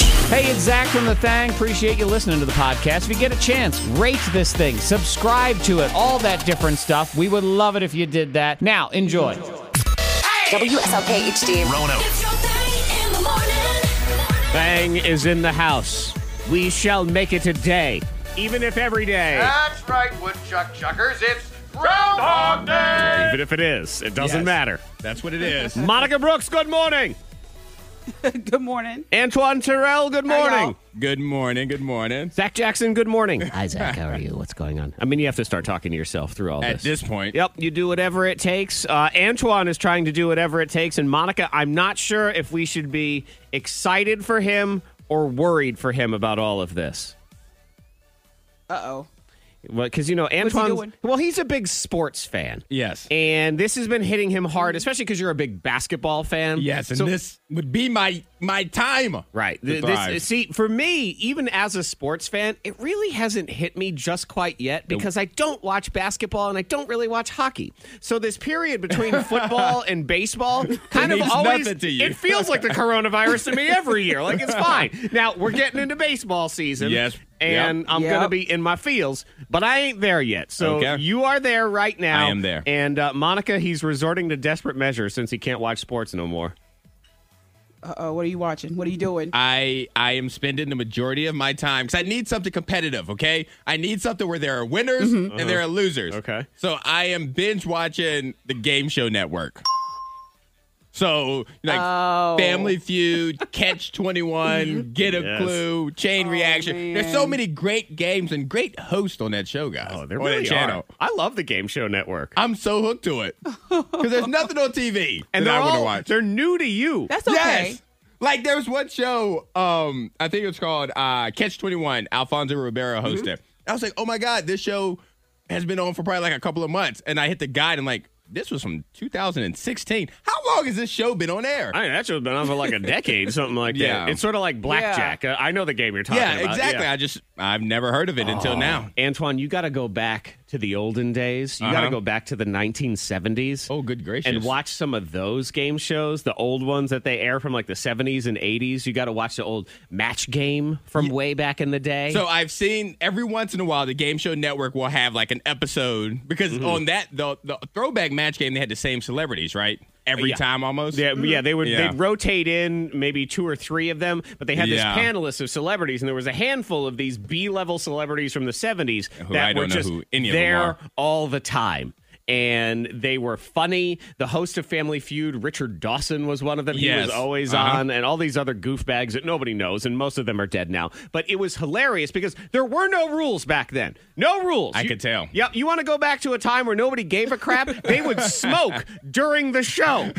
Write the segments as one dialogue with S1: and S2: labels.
S1: Hey, it's Zach from The Thang. Appreciate you listening to the podcast. If you get a chance, rate this thing, subscribe to it, all that different stuff. We would love it if you did that. Now, enjoy.
S2: WSLK HD.
S3: It's your thing in the morning.
S1: Thang is in the house. We shall make it a day, even if every day.
S4: That's right, woodchuck chuckers. It's Groundhog Day.
S1: Even if it is, it doesn't
S5: Yes.
S1: matter.
S5: That's what it is.
S1: Monica Brooks, good morning.
S6: Good morning.
S1: Antoine Terrell, good morning.
S5: good morning. Good morning.
S1: Zach Jackson, good morning. Hi, Zach. How are you? What's going on? I mean, you have to start talking to yourself through all
S5: At this point,
S1: Yep, you do whatever it takes. Uh, Antoine is trying to do whatever it takes, and Monica, I'm not sure if we should be excited for him or worried for him about all of this.
S6: Uh oh.
S1: Because you know
S6: he
S1: Antoine.
S6: doing?
S1: well, he's a big sports fan.
S5: Yes.
S1: and this has been hitting him hard, especially because you're a big basketball fan.
S5: yes, and
S1: So-
S5: this would be my my time.
S1: Right.
S5: to
S1: Th-
S5: thrive.
S1: This, see, for me, even as a sports fan, it really hasn't hit me just quite yet because I don't watch basketball and I don't really watch hockey. So this period between football and baseball kind of
S5: means
S1: always
S5: nothing to you.
S1: it feels like the coronavirus to me every year. Like it's fine. Now we're getting into baseball season.
S5: Yes.
S1: And
S5: Yep.
S1: I'm gonna
S6: Yep.
S1: be in my fields, but I ain't there yet. So
S5: Okay.
S1: you are there right now.
S5: I am there.
S1: And uh, Monica, he's resorting to desperate measures since he can't watch sports no more.
S6: Uh oh. What are you watching? What are you doing?
S5: I I am spending the majority of my time because I need something competitive. Okay, I need something where there are winners
S1: Mm-hmm.
S5: and there are losers.
S1: Okay.
S5: so I am binge watching the Game Show Network. So like
S6: Oh.
S5: Family Feud, Catch Twenty One, Get a
S1: Yes.
S5: Clue,
S1: Oh,
S5: Chain Reaction. There's so
S6: man.
S5: many great games and great hosts on that show, guys.
S1: Oh, there
S5: on that
S1: really
S5: channel.
S1: are. I love the game show network.
S5: I'm so hooked to it because there's nothing on TV
S1: and
S5: that
S1: they're
S5: I want to
S1: all-
S5: watch.
S1: They're new to you.
S6: That's okay.
S5: Yes. Like there was one show, um, I think it was called uh, Catch Twenty One. Alfonso Ribeiro
S1: Mm-hmm.
S5: hosted. I was like, oh my god, this show has been on for probably like a couple of months. And I hit the guide and like, this was from 2016. How long has this show been on air?
S1: I mean, that show's been on for like a decade, something like
S5: Yeah.
S1: that. It's sort of like blackjack. Uh, I know the game you're talking
S5: yeah,
S1: about.
S5: exactly. I just I've never heard of it until now.
S1: Antoine, you got to go back to the olden days. You got to
S5: Uh-huh.
S1: go back to the 1970s.
S5: Oh, good gracious!
S1: And watch some of those game shows, the old ones that they air from like the 70s and 80s. You got to watch the old match game from way back in the day.
S5: So I've seen every once in a while the game show network will have like an episode because
S1: Mm-hmm.
S5: on that the the throwback match game they had the same celebrities right every
S1: Yeah.
S5: time almost
S1: Yeah, yeah, they would
S5: Yeah.
S1: they'd rotate in maybe two or three of them, but they had
S5: Yeah.
S1: this panelist of celebrities, and there was a handful of these B level celebrities from the seventies
S5: Who
S1: that
S5: I
S1: were
S5: don't know
S1: just
S5: who any of them
S1: there
S5: are.
S1: all the time. And they were funny. The host of Family Feud, Richard Dawson, was one of them. He
S5: Yes.
S1: was always
S5: Uh-huh.
S1: on, and all these other goofbags that nobody knows, and most of them are dead now. But it was hilarious because there were no rules back then. No rules.
S5: I
S1: You-
S5: could tell.
S1: Yep. You want to go back to a time where nobody gave a crap? They would smoke during the show.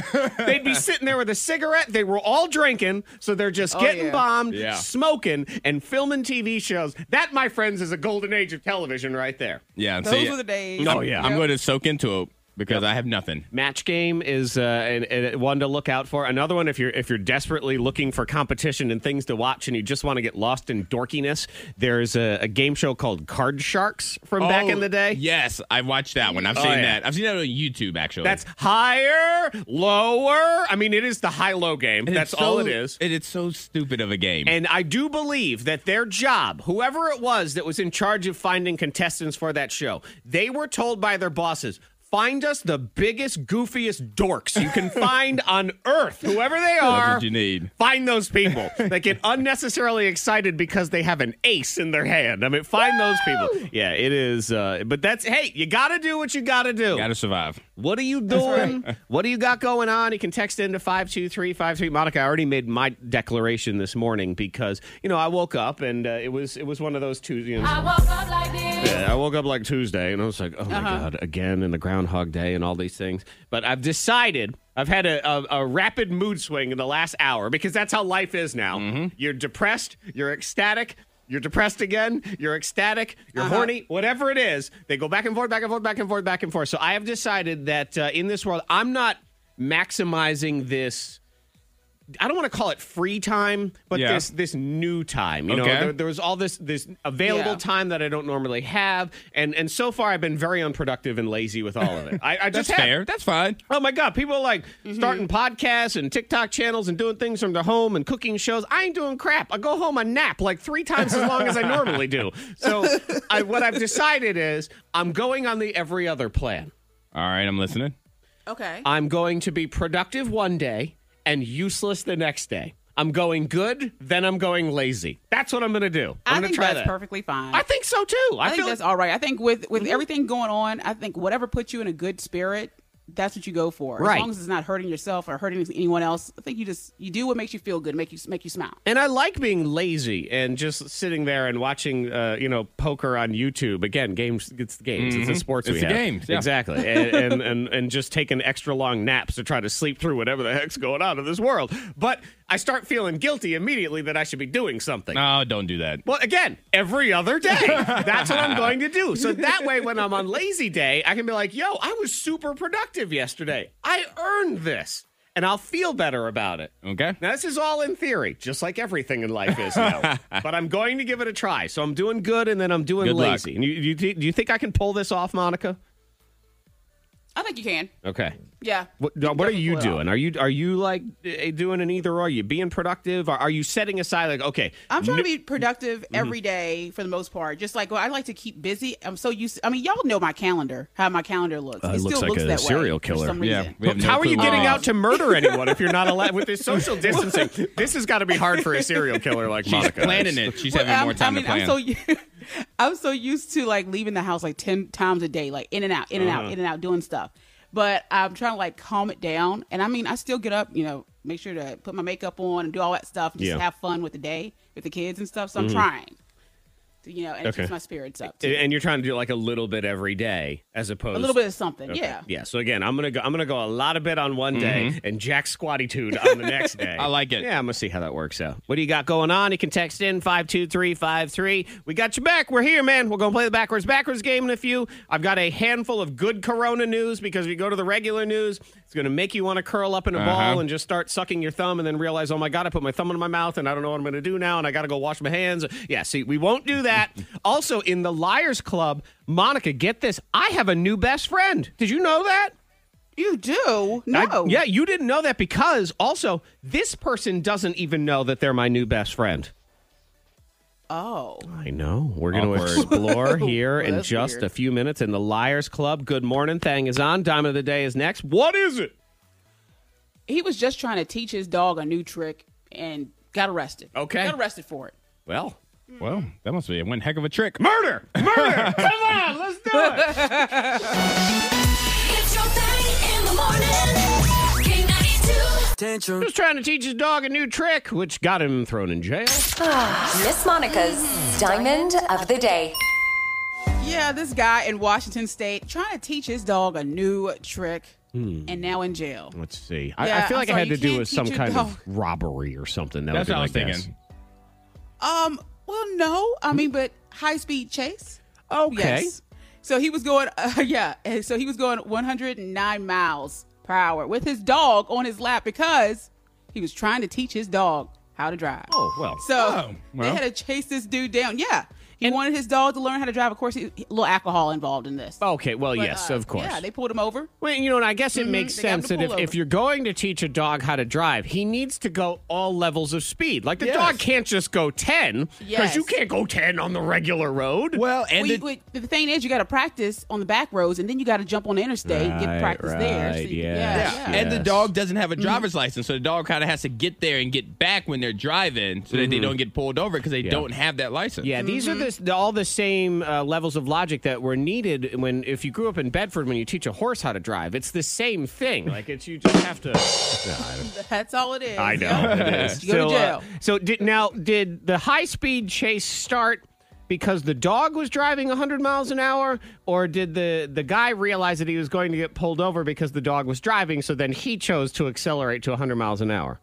S1: They'd be sitting there with a cigarette. They were all drinking, so they're just getting
S6: yeah.
S1: bombed,
S5: Yeah.
S1: smoking, and filming TV shows. That, my friends, is a golden age of television right there.
S5: yeah and
S6: Those
S5: see-
S6: were the days.
S5: I'm-
S1: Oh, yeah.
S5: I'm going to soak into it because I have nothing.
S1: Match game is uh, an, an- one to look out for. Another one if you're if you're desperately looking for competition and things to watch, and you just want to get lost in dorkiness. There's a, a game show called Card Sharks from back
S5: Oh,
S1: in the day. Oh,
S5: Yes, I've watched that one. I've seen
S1: yeah.
S5: that. I've seen that on YouTube actually.
S1: That's higher, lower. I mean, it is the high low game.
S5: And it's
S1: That's all
S5: so-
S1: it is.
S5: It is so stupid of a game.
S1: And I do believe that their job, whoever it was that was in charge of finding contestants for that show, they were told by their bosses, find us the biggest, goofiest dorks you can find on earth, whoever they are.
S5: what you need.
S1: Find those people that get unnecessarily excited because they have an ace in their hand. I mean, find those people. Yeah, it is. Uh, but that's, hey, you got to do what you got to do.
S5: Got to survive.
S1: What are you doing? What do you got going on? You can text into 52353. Monica, I already made my declaration this morning because, you know, I woke up and uh, it was it was one of those Tuesdays. You know,
S3: I woke up like this.
S1: I woke up like Tuesday and I was like, oh my
S5: Uh-huh.
S1: God, again and the Groundhog Day and all these things. But I've decided I've had a, a, a rapid mood swing in the last hour because that's how life is now.
S5: Mm-hmm.
S1: You're depressed, you're ecstatic. You're depressed again. You're ecstatic. You're
S5: Uh-huh.
S1: horny. Whatever it is, they go back and forth, back and forth, back and forth, back and forth. So I have decided that uh, in this world, I'm not maximizing this I don't want to call it free time, but
S5: Yeah.
S1: this this new time. You
S5: Okay.
S1: know, there, there was all this this available
S6: Yeah.
S1: time that I don't normally have, and and so far I've been very unproductive and lazy with all of it. I, I
S5: That's
S1: just have-
S5: fair. That's fine.
S1: Oh my God, people are like
S6: Mm-hmm.
S1: starting podcasts and TikTok channels and doing things from their home and cooking shows. I ain't doing crap. I go home, I nap like three times as long as I normally do. So, I, what I've decided is I'm going on the every other plan.
S5: All right, I'm listening.
S6: Okay.
S1: I'm going to be productive one day and useless the next day. I'm going good, then I'm going lazy. That's what I'm going to do. I'm
S6: I
S1: going
S6: think
S1: to try
S6: that's
S1: that.
S6: perfectly fine.
S1: I think so too. I,
S6: I think
S1: feel Mm-hmm.
S6: that's all right. I think with with everything going on, I think whatever puts you in a good spirit, that's what you go for.
S1: Right.
S6: As long as it's not hurting yourself or hurting anyone else, I think you just you do what makes you feel good, make you make you smile.
S1: And I like being lazy and just sitting there and watching, uh, you know, poker on YouTube. Again, games, it's the games. Mm-hmm. It's the sports
S5: It's
S1: we
S5: the
S1: have.
S5: games, yeah.
S1: Exactly. and, and, and, and just taking extra long naps to try to sleep through whatever the heck's going on in this world. But I start feeling guilty immediately that I should be doing something.
S5: No, don't do that.
S1: Well, again, every other day. That's what I'm going to do. So that way, when I'm on lazy day, I can be like, yo, I was super productive yesterday. I earned this. And I'll feel better about it.
S5: Okay.
S1: Now, this is all in theory, just like everything in life is now. but I'm going to give it a try. So I'm doing good and then I'm doing
S5: Good luck.
S1: lazy. And you, you, thi- do you think I can pull this off, Monica?
S6: I think you can.
S1: Okay.
S6: Yeah.
S1: What, what are
S6: definitely
S1: you
S6: pull it off.
S1: doing? Are you are you like eh, doing an either or? Are you being productive? Are, are you setting aside like okay?
S6: I'm trying
S1: no-
S6: to be productive
S1: Mm-hmm.
S6: every day for the most part. Just like well, I like to keep busy. I'm so used. I mean, y'all know my calendar, how my calendar looks.
S1: Uh,
S6: it
S1: it
S6: still
S1: looks like
S6: looks
S1: a
S6: that
S1: serial
S6: way
S1: killer.
S6: For some
S5: Yeah,
S6: reason.
S5: we have no
S1: How are you
S5: clue Oh. what
S1: getting
S5: it
S1: out
S5: is.
S1: to murder anyone if you're not allowed with this social distancing? this has got to be hard for a serial killer like
S5: She's
S1: Monica.
S5: planning it. She's having
S6: Well,
S5: more
S6: I'm-
S5: time
S6: I mean,
S5: to plan.
S6: I'm so I'm so used to like leaving the house like ten times a day, like in and out, in and out, in and out, doing stuff. But I'm trying to like calm it down, and I mean, I still get up, you know, make sure to put my makeup on and do all that stuff, and just
S1: Yeah.
S6: have fun with the day with the kids and stuff. So I'm trying, to, you know, and it
S1: Okay.
S6: keeps my spirits up. Too.
S1: And you're trying to do like a little bit every day, as opposed
S6: a little bit of something, yeah.
S1: Yeah. So again, I'm gonna go. I'm gonna go a lot of bit on one day and jack squattitude on the next day.
S5: Mm-hmm. I like it.
S1: Yeah, I'm gonna see how that works out. What do you got going on? You can text in five two three five three. We got you back. We're here, man. We're gonna play the backwards backwards game in a few. I've got a handful of good Corona news because if you go to the regular news, it's gonna make you want to curl up in a ball and just start sucking your thumb and then realize, oh my god, I put my thumb in my mouth and I don't know what I'm gonna do now and I gotta go wash my hands. Yeah. See, we won't do that. also, in the Liars Club, Monica, get this. I have a new best friend. Did you know that?
S6: You do
S1: I-
S6: no,
S1: yeah, you didn't know that because also this person doesn't even know that they're my new best friend.
S6: Oh,
S1: I know. We're going to
S5: Awkward.
S1: explore here
S6: Well,
S1: in
S6: that's
S1: just
S6: weird.
S1: a few minutes in the Liars Club. Good morning. Thing is on. Diamond of the day is next. What is it?
S6: he was just trying to teach his dog a new trick and got arrested.
S1: Okay.
S6: got arrested for it.
S1: Well,
S5: well, that must be one heck of a trick.
S1: murder. Murder. Come on. Let's do it.
S3: It's your thing in the morning. K92.
S1: He was trying to teach his dog a new trick, which got him thrown in jail.
S2: Ah, Miss Monica's Diamond of the Day.
S6: Yeah, this guy in Washington State trying to teach his dog a new trick
S1: Hmm.
S6: and now in jail.
S1: Let's see. I, I
S6: Yeah,
S1: feel
S6: I'm
S1: like
S6: sorry,
S1: it had
S6: you
S1: to do
S6: can't
S1: with
S6: teach
S1: some
S6: your
S1: kind of
S6: dog.
S1: robbery or something. That
S5: That's
S1: would
S5: what
S1: be
S5: I was
S1: my guess.
S5: thinking.
S6: Um, well, no. I mean, but high speed chase?
S1: Okay.
S6: Yes. So he was going, uh, yeah. and So he was going 109 miles per hour with his dog on his lap because he was trying to teach his dog how to drive.
S1: Oh, well.
S6: So
S5: Oh, well.
S6: they had to chase this dude down. Yeah. He wanted his dog to learn how to drive. Of course, he, a little alcohol involved in this.
S1: Okay. Well,
S6: But,
S1: yes,
S6: uh,
S1: of course.
S6: Yeah, they pulled him over.
S1: Well, you know, and I guess it makes
S6: Mm-hmm. they got him
S1: sense
S6: to
S1: that if,
S6: pull
S1: if
S6: over.
S1: you're going to teach a dog how to drive, he needs to go all levels of speed. Like the
S5: Yes.
S1: dog can't just go 10 because
S6: Yes.
S1: you can't go 10 on the regular road.
S5: Well, and
S6: Well, you- wait, the thing is, you got to practice on the back roads, and then you got to jump on the interstate and
S1: Right,
S6: get practice there.
S1: right,
S6: you-
S1: yes,
S5: Yeah. And the
S1: Yes.
S5: dog doesn't
S1: Mm-hmm.
S5: have a driver's license, so the dog kind of has to get there and get back when they're driving, so that they don't get pulled over because they don't have that license.
S1: Yeah, these
S6: mm-hmm.
S1: are the, all the same uh, levels of logic that were needed when if you grew up in Bedford when you teach a horse how to drive. It's the same thing. Like it's you just have to.
S6: That's all it is.
S1: I know,
S6: Yep.
S1: it is.
S6: You go to
S1: So, uh,
S6: jail.
S1: so did, now, did the high speed chase start because the dog was driving 100 miles an hour, or did the, the guy realize that he was going to get pulled over because the dog was driving? So then he chose to accelerate to 100 miles an hour.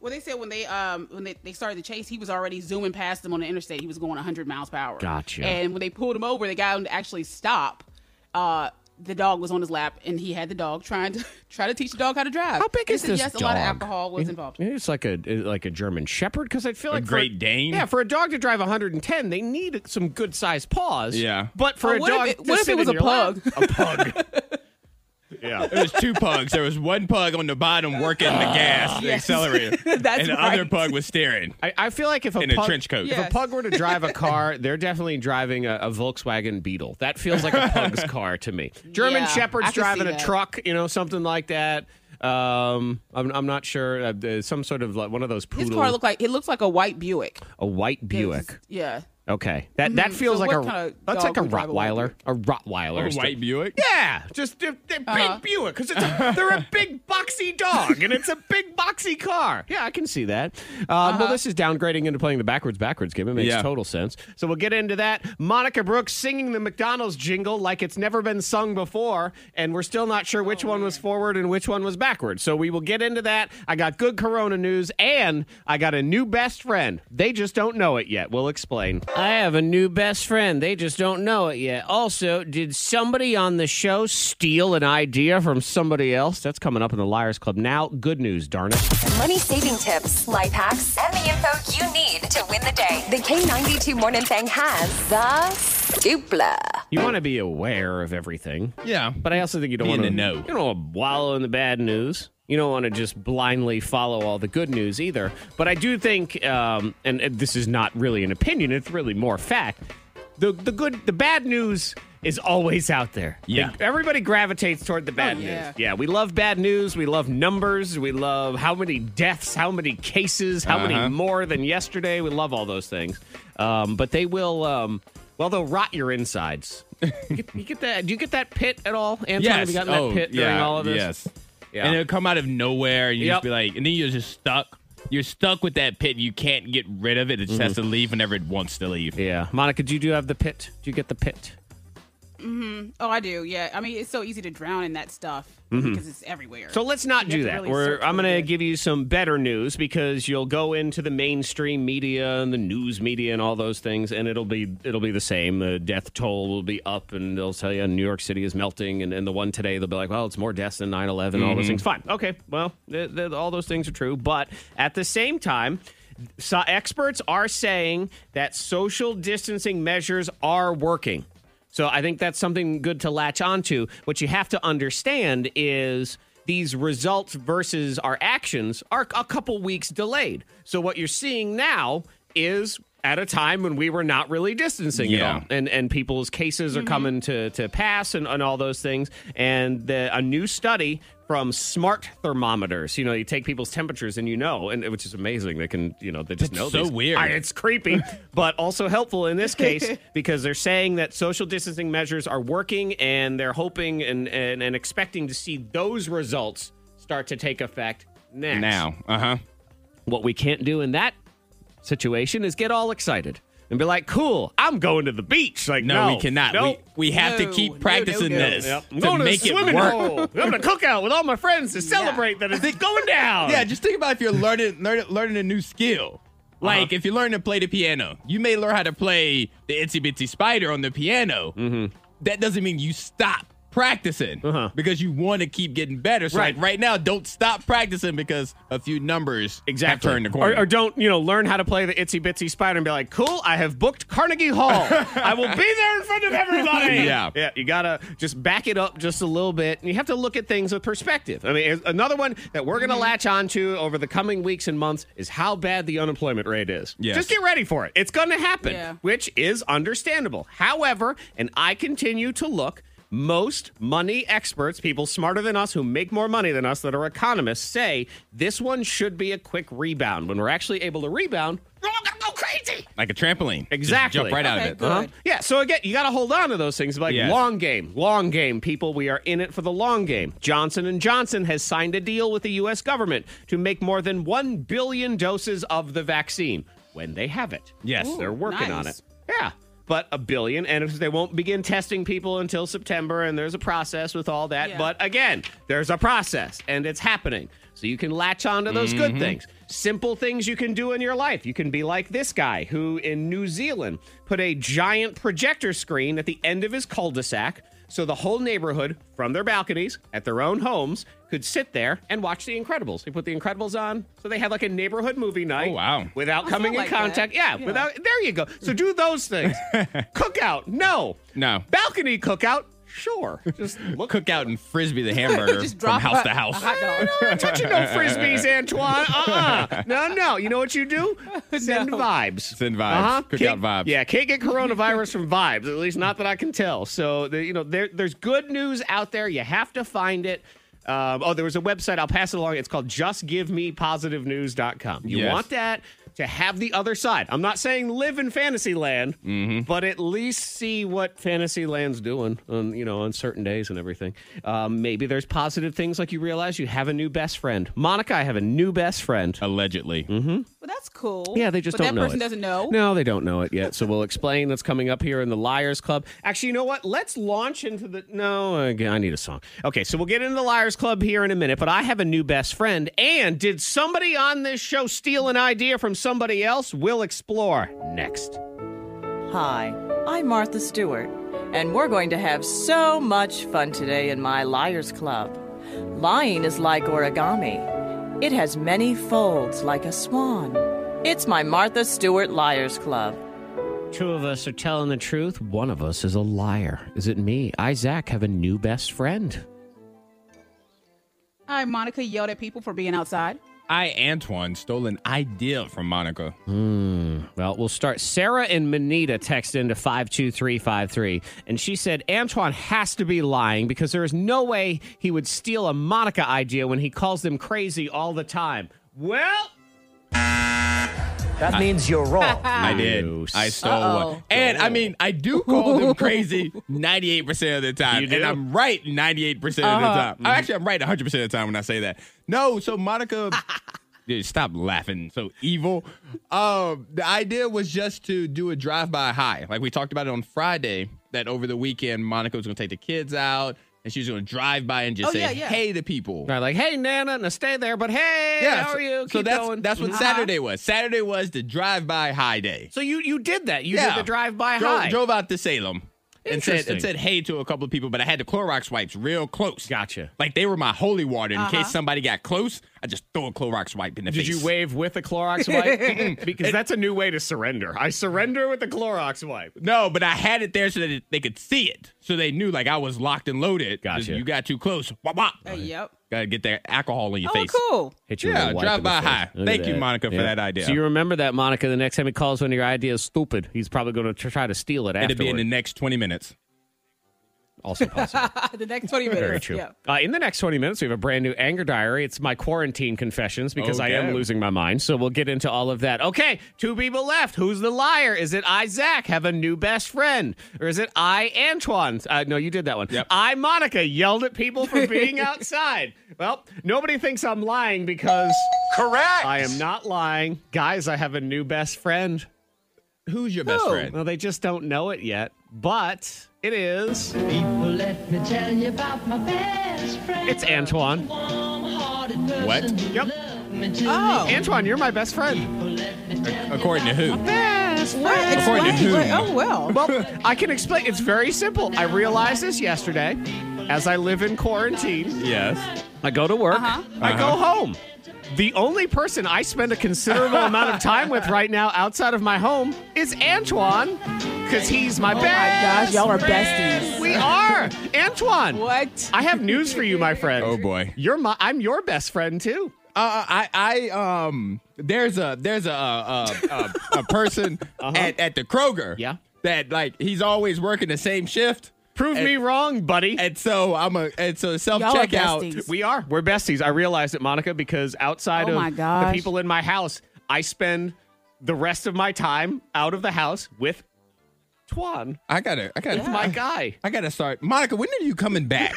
S6: Well, they said when they um when they, they started the chase, he was already zooming past them on the interstate. He was going 100 miles per hour.
S1: Gotcha.
S6: And when they pulled him over, they got him to actually stop. Uh, the dog was on his lap, and he had the dog trying to try to teach the dog how to drive.
S1: How big
S6: They
S1: is
S6: said,
S1: this
S6: Yes,
S1: dog?
S6: a lot of alcohol was involved.
S1: It's like a like a German Shepherd because I feel like for-
S5: Great Dane?
S1: Yeah, for a dog to drive 110, they need some good sized paws.
S5: Yeah.
S1: but for
S6: Oh,
S1: a
S6: what if
S1: dog,
S6: it-
S1: to
S6: what if
S1: sit
S6: it was
S1: in
S6: a
S1: your lap-
S6: pug?
S1: A pug. yeah.
S5: There was two pugs. There was one pug on the bottom working the gas, the
S6: Yes.
S5: accelerator,
S6: That's
S5: and the other
S6: right.
S5: pug was staring.
S1: I, I feel like if a
S5: In a
S1: pug,
S5: trench coat.
S1: if
S6: Yes.
S1: a pug were to drive a car, they're definitely driving a, a Volkswagen Beetle. That feels like a pug's car to me. German
S6: Yeah,
S1: Shepherd's
S6: I can see
S1: driving a
S6: that.
S1: truck, you know, something like that. Um, I'm, I'm not sure. Uh, there's some sort of like one of those
S6: His
S1: poodles,
S6: car looked like it looks like a white Buick.
S1: a white Buick.
S6: Yeah.
S1: Okay, that that
S6: Mhm.
S1: feels
S6: So
S1: like a
S6: what kinda
S1: that's
S6: dog
S1: like a
S6: would drive a white
S1: Rottweiler, a Rottweiler,
S5: A
S1: is
S5: white
S1: the-
S5: Buick.
S1: Yeah, just they're, they're
S6: Uh-huh.
S1: big Buick because they're a big boxy dog and it's a big boxy car. Yeah, I can see that. Um,
S6: Uh-huh.
S1: Well, this is downgrading into playing the backwards backwards game. It makes
S5: Yeah.
S1: total sense. So we'll get into that. Monica Brooks singing the McDonald's jingle like it's never been sung before, and we're still not sure which one was forward and which one was backwards. So we will get into that. I got good Corona news, and I got a new best friend. They just don't know it yet. We'll explain. I have a new best friend. They just don't know it yet. Also, did somebody on the show steal an idea from somebody else? That's coming up in the Liars Club now. Good news, darn it.
S2: Money saving tips, life hacks, and the info you need to win the day. The K92 Morning Thing has the scoopla.
S1: You want to be aware of everything.
S5: Yeah.
S1: But I also think you don't
S5: Be in
S1: want to
S5: the know.
S1: You don't want to wallow in the bad news. You don't want to just blindly follow all the good news either. But I do think, um, and, and this is not really an opinion; it's really more fact. The the good, the bad news is always out there.
S5: Yeah.
S1: They- everybody gravitates toward the bad
S6: yeah.
S1: news. Yeah, we love bad news. We love numbers. We love how many deaths, how many cases, how many
S5: Uh-huh.
S1: more than yesterday. We love all those things. Um, but they will, um, well, they'll rot your insides. you, get, you get that? Do you get that pit at all, Anton? Have you gotten
S5: Oh,
S1: that pit during
S5: yeah,
S1: all of this?
S5: Yes.
S1: Yeah.
S5: And it'll come out of nowhere, and you
S1: Yep.
S5: just be like, and then you're just stuck. You're stuck with that pit. You can't get rid of it. It just has to leave whenever it wants to leave.
S1: Mm-hmm. Yeah. Monica, do you do have the pit? Do you get the pit?
S6: Oh, I do. Yeah. I mean, it's so easy to drown in that stuff because it's everywhere.
S1: Mm-hmm. So let's not
S6: You have
S1: do
S6: to
S1: that.
S6: really
S1: We're,
S6: search
S1: I'm
S6: for
S1: going to
S6: it.
S1: give you some better news because you'll go into the mainstream media and the news media and all those things, and it'll be it'll be the same. The death toll will be up, and they'll tell you New York City is melting, and, and the one today they'll be like, well, it's more deaths than 9/11. All
S6: Mm-hmm.
S1: those things. Fine. Okay. Well, th- th- all those things are true, but at the same time. So experts are saying that social distancing measures are working. So I think that's something good to latch onto. What you have to understand is these results versus our actions are a couple weeks delayed. So what you're seeing now is at a time when we were not really distancing at
S5: Yeah.
S1: all and and people's cases are coming to to pass and, and all those things and the, a new study from smart thermometers you know you take people's temperatures and you know and which is amazing they can you know they just
S5: That's
S1: know
S5: so
S1: these.
S5: weird.
S1: I- it's creepy but also helpful in this case because they're saying that social distancing measures are working and they're hoping and and, and expecting to see those results start to take effect next
S5: Now, uh huh.
S1: what we can't do in that situation is get all excited and be like, "Cool, I'm going to the beach." Like,
S5: No,
S1: no,
S5: we cannot.
S1: Nope.
S5: We, we have to
S6: No, no,
S5: keep
S6: no,
S5: practicing
S6: no.
S5: this
S1: Yep. I'm
S5: to
S1: going
S5: make
S1: to the
S5: it
S1: swimming
S5: work.
S1: hole. I'm going to cook out with all my friends to celebrate that it's going down.
S5: Yeah, just think about if you're learning learning, learning a new skill.
S1: Uh-huh.
S5: Like if you learn to play the piano, you may learn how to play the itsy bitsy spider on the piano.
S1: Mm-hmm.
S5: That doesn't mean you stop practicing because you want to keep getting better. So
S1: Uh-huh. Right.
S5: like right now, don't stop practicing because a few numbers
S1: Exactly.
S5: have turned the corner.
S1: Or, or don't, you know, learn how to play the itsy bitsy spider and be like, cool, I have booked Carnegie Hall. I will be there in front of everybody.
S5: Yeah.
S1: Yeah. You got to just back it up just a little bit. And you have to look at things with perspective. I mean, is- another one that we're going to latch onto over the coming weeks and months is how bad the unemployment rate is.
S5: Yes.
S1: Just get ready for it. It's going to happen,
S6: Yeah.
S1: which is understandable. However, and I continue to look. Most money experts, people smarter than us who make more money than us that are economists, say this one should be a quick rebound. When we're actually able to rebound, we're all gonna go crazy.
S5: like a trampoline. Just
S1: Exactly.
S5: jump right out
S6: Okay,
S5: of it.
S6: good.
S1: Yeah, so again, you got to hold on to those things. Like
S5: Yes.
S1: long game, long game, people. We are in it for the long game. Johnson and Johnson has signed a deal with the U.S. government to make more than one billion doses of the vaccine when they have it.
S5: Yes. Ooh,
S1: they're working on it.
S6: nice.
S1: Yeah. But a billion, and if they won't begin testing people until September, and there's a process with all that.
S6: Yeah.
S1: But again, there's a process, and it's happening. So you can latch on to those
S5: Mm-hmm.
S1: good things. Simple things you can do in your life. You can be like this guy who in New Zealand put a giant projector screen at the end of his cul de sac so the whole neighborhood, from their balconies at their own homes, could sit there and watch The Incredibles. They put The Incredibles on, so they had like a neighborhood movie night.
S5: Oh, wow.
S1: Without
S6: I
S1: coming in
S6: like that.
S1: contact, yeah,
S6: Yeah.
S1: Without there you go. So do those things. cookout, no,
S5: No.
S1: Balcony cookout, sure. Just look.
S5: Cookout and frisbee the hamburger
S6: Just
S5: from
S6: drop
S5: house
S6: a-
S5: to
S6: a
S5: house.
S6: hot dog.
S1: Not touching no frisbees, Antoine. Uh uh No, no. You know what you do? Send
S6: No.
S1: vibes. Uh-huh.
S5: Send vibes. Cookout
S1: Can't-
S5: vibes.
S1: Yeah, can't get coronavirus from vibes. At least not that I can tell. So the, you know, there, there's good news out there. You have to find it. Um, oh, there was a website. I'll pass it along. It's called justgivemepozitivenews.com. You
S5: Yes.
S1: want that to have the other side. I'm not saying live in Fantasyland, but at least see what Fantasyland's doing on you know on certain days and everything. Um, maybe there's positive things like you realize you have a new best friend. Monica, I have a new best friend.
S5: Allegedly.
S1: Mm-hmm.
S6: Well, that's cool.
S1: Yeah, they just
S6: Oh, but
S1: don't
S6: that
S1: know
S6: person
S1: it.
S6: doesn't know.
S1: No, they don't know it yet. So we'll explain that's coming up here in the Liars Club. Actually, you know what? Let's launch into the. No, again, I need a song. Okay, so we'll get into the Liars Club here in a minute. But I have a new best friend. And did somebody on this show steal an idea from somebody else? We'll explore next.
S7: Hi, I'm Martha Stewart, and we're going to have so much fun today in my Liars Club. Lying is like origami, it has many folds like a swan. It's my Martha Stewart Liars Club.
S1: Two of us are telling the truth. One of us is a liar. Is it me? I, Zach, have a new best friend.
S6: Hi, Monica yelled at people for being outside.
S5: I, Antoine, stole an idea from Monica.
S1: Well, we'll start. Sarah and Manita text into 52353, and she said Antoine has to be lying because there is no way he would steal a Monica idea when he calls them crazy all the time. Well,
S8: That means you're wrong.
S5: I did.
S1: You
S5: I stole one.
S6: Uh-oh.
S5: And I mean, I do call them crazy 98% of the time.
S1: You do?
S5: And I'm right 98% of the
S1: Uh-huh.
S5: time.
S1: Mm-hmm.
S5: I Actually, I'm right 100% of the time when I say that. No, so Monica. Dude, stop laughing. So evil. Um, the idea was just to do a drive-by high. Like we talked about it on Friday, that over the weekend, Monica was going to take the kids out and she was going to drive by and just
S6: Oh,
S5: say,
S6: yeah, yeah.
S5: hey to people.
S1: they're like, hey, Nana, now stay there, but hey,
S5: Yeah,
S1: how
S5: so-
S1: are you?
S5: So
S1: Keep
S5: that's
S1: going. Mm-hmm.
S5: that's what Saturday was. Saturday was the drive-by high day.
S1: So you you did that. You did the drive-by
S5: Drove-
S1: high.
S5: Drove out to Salem and said
S1: Interesting.
S5: and said hey to a couple of people, but I had the Clorox wipes real close.
S1: Gotcha. Uh-huh.
S5: Like they were my holy water. In case somebody got close, I just throw a Clorox wipe in the
S1: Did
S5: face.
S1: you wave with a Clorox wipe? because that's a new way to surrender. I surrender with a Clorox wipe.
S5: No, but I had it there so that it, they could see it, so they knew like I was locked and loaded.
S1: Gotcha.
S5: You got too close. Wah, wah.
S6: Uh, yep.
S5: Gotta get that alcohol in your
S6: Oh,
S5: face.
S6: cool.
S1: Hit you
S5: Yeah,
S1: with a wipe
S5: drive
S1: in the
S5: by
S1: face.
S5: high.
S1: Look at
S5: Thank you, Monica, for that idea.
S1: So you remember that, Monica. The next time he calls one of your ideas stupid, he's probably going to try to steal it
S5: It'll be in
S1: afterward.
S5: the next twenty minutes.
S1: also possible.
S6: the next 20 minutes.
S1: Very true.
S6: Yep.
S1: Uh, in the next 20 minutes, we have a brand new anger diary. It's my quarantine confessions because I am
S5: Okay.
S1: losing my mind. So we'll get into all of that. Okay, two people left. Who's the liar? Is it I, Zach, have a new best friend? Or is it I, Antoine? Uh, no, you did that one.
S5: Yep.
S1: I, Monica, yelled at people for being outside. Well, nobody thinks I'm lying because
S4: Correct.
S1: I am not lying. Guys, I have a new best friend.
S5: Who's your best friend?
S1: Well, they just don't know it yet, but it is.
S9: Well, let me tell you about my best friend.
S1: It's Antoine.
S9: Warm-hearted person
S5: What?
S9: who
S1: Yep.
S9: loved me till
S6: Oh.
S1: Antoine, you're my best friend.
S5: According to who?
S1: Best
S6: What?
S5: According to
S6: Explain.
S5: who?
S6: Wait, oh, well.
S1: Well, I can explain. It's very simple. I realized this yesterday. As I live in quarantine,
S5: Yes.
S1: I go to work,
S6: Uh-huh.
S1: I go home. The only person I spend a considerable amount of time with right now outside of my home is Antoine, because he's my
S6: Oh, my
S1: best.
S6: gosh. Y'all are
S1: friend.
S6: besties.
S1: We are. Antoine.
S6: What?
S1: I have news for you, my friend.
S5: Oh boy.
S1: You're my, I'm your best friend too.
S5: Uh, I, I, um, there's a, there's a, uh, uh, a, a person at, at the Kroger.
S1: Yeah.
S5: That like he's always working the same shift,
S1: Prove
S5: And-
S1: me wrong, buddy.
S5: and so I'm a, and so self
S6: Y'all are
S5: checkout.
S6: besties.
S1: we are. We're besties. I realized it, Monica, because outside
S6: Oh my
S1: of the
S6: gosh.
S1: people in my house, I spend the rest of my time out of the house with Twan,
S5: I gotta, I gotta,
S1: my
S5: I,
S1: guy.
S5: I gotta start. Monica, when are you coming back?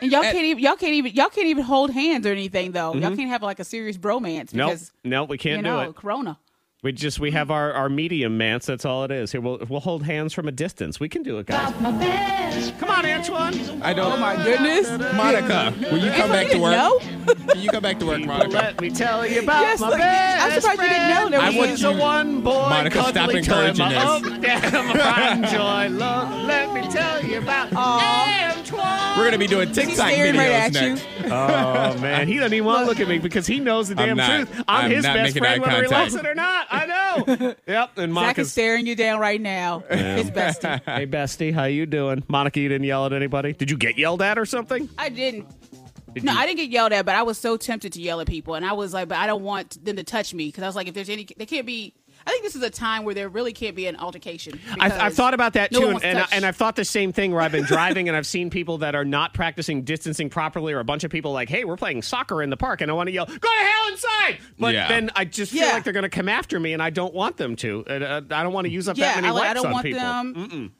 S6: And y'all can't even y'all can't even y'all can't even hold hands or anything though. Y'all can't have like a serious bromance
S1: Mm-hmm. No,
S6: because
S1: no, we can't
S6: you
S1: do
S6: know
S1: it.
S6: Corona.
S1: We just we have our our medium mance. That's all it is. Here we'll we'll hold hands from a distance. We can do it, guys.
S9: About my best
S1: Come on, Antoine.
S5: I don't.
S6: Oh my goodness.
S5: Monica, will you come
S6: Antoine,
S5: back
S6: you
S5: to
S6: didn't
S5: work?
S6: know?
S5: Will you come back to work, Monica?
S1: Let me tell you about
S6: Yes,
S1: my
S6: look, I'm
S1: best
S6: surprised you didn't know that
S1: friend.
S5: we- I want
S1: He's a
S5: you-
S1: one boy
S5: Monica, stop encouraging this.
S6: Oh,
S1: joy, love. Let me tell you about Antoine.
S5: We're gonna be doing
S6: She's
S5: TikTok
S6: staring
S5: videos
S6: right at
S5: next.
S6: you.
S1: Oh man, he doesn't even want to look at me because he knows the damn
S5: I'm not.
S1: truth. I'm,
S5: I'm
S1: his
S5: not
S1: best
S5: making
S1: friend
S5: eye
S1: whether he
S5: contact.
S1: likes it or not. I know. yep. And
S6: Zach is
S1: Monica's
S6: staring you down right now. His bestie.
S1: Hey bestie, how you doing? Monica, you didn't yell at anybody. Did you get yelled at or something?
S6: I didn't.
S1: Did
S6: No,
S1: you-
S6: I didn't get yelled at, but I was so tempted to yell at people, and I was like, but I don't want them to touch me because I was like, if there's any, they can't be. I think this is a time where there really can't be an altercation.
S1: I've, I've thought about that
S6: no
S1: too, and,
S6: one wants to
S1: and, I,
S6: touch.
S1: and I've thought the same thing where I've been driving and I've seen people that are not practicing distancing properly, or a bunch of people like, "Hey, we're playing soccer in the park," and I want to yell, "Go to hell inside!" But
S5: Yeah.
S1: then I just feel
S6: Yeah.
S1: like they're going to come after me, and I don't want them to. And, uh, I don't want to use up
S6: yeah,
S1: that many
S6: I, like,
S1: wipes
S6: I don't
S1: on
S6: want
S1: people.
S6: them.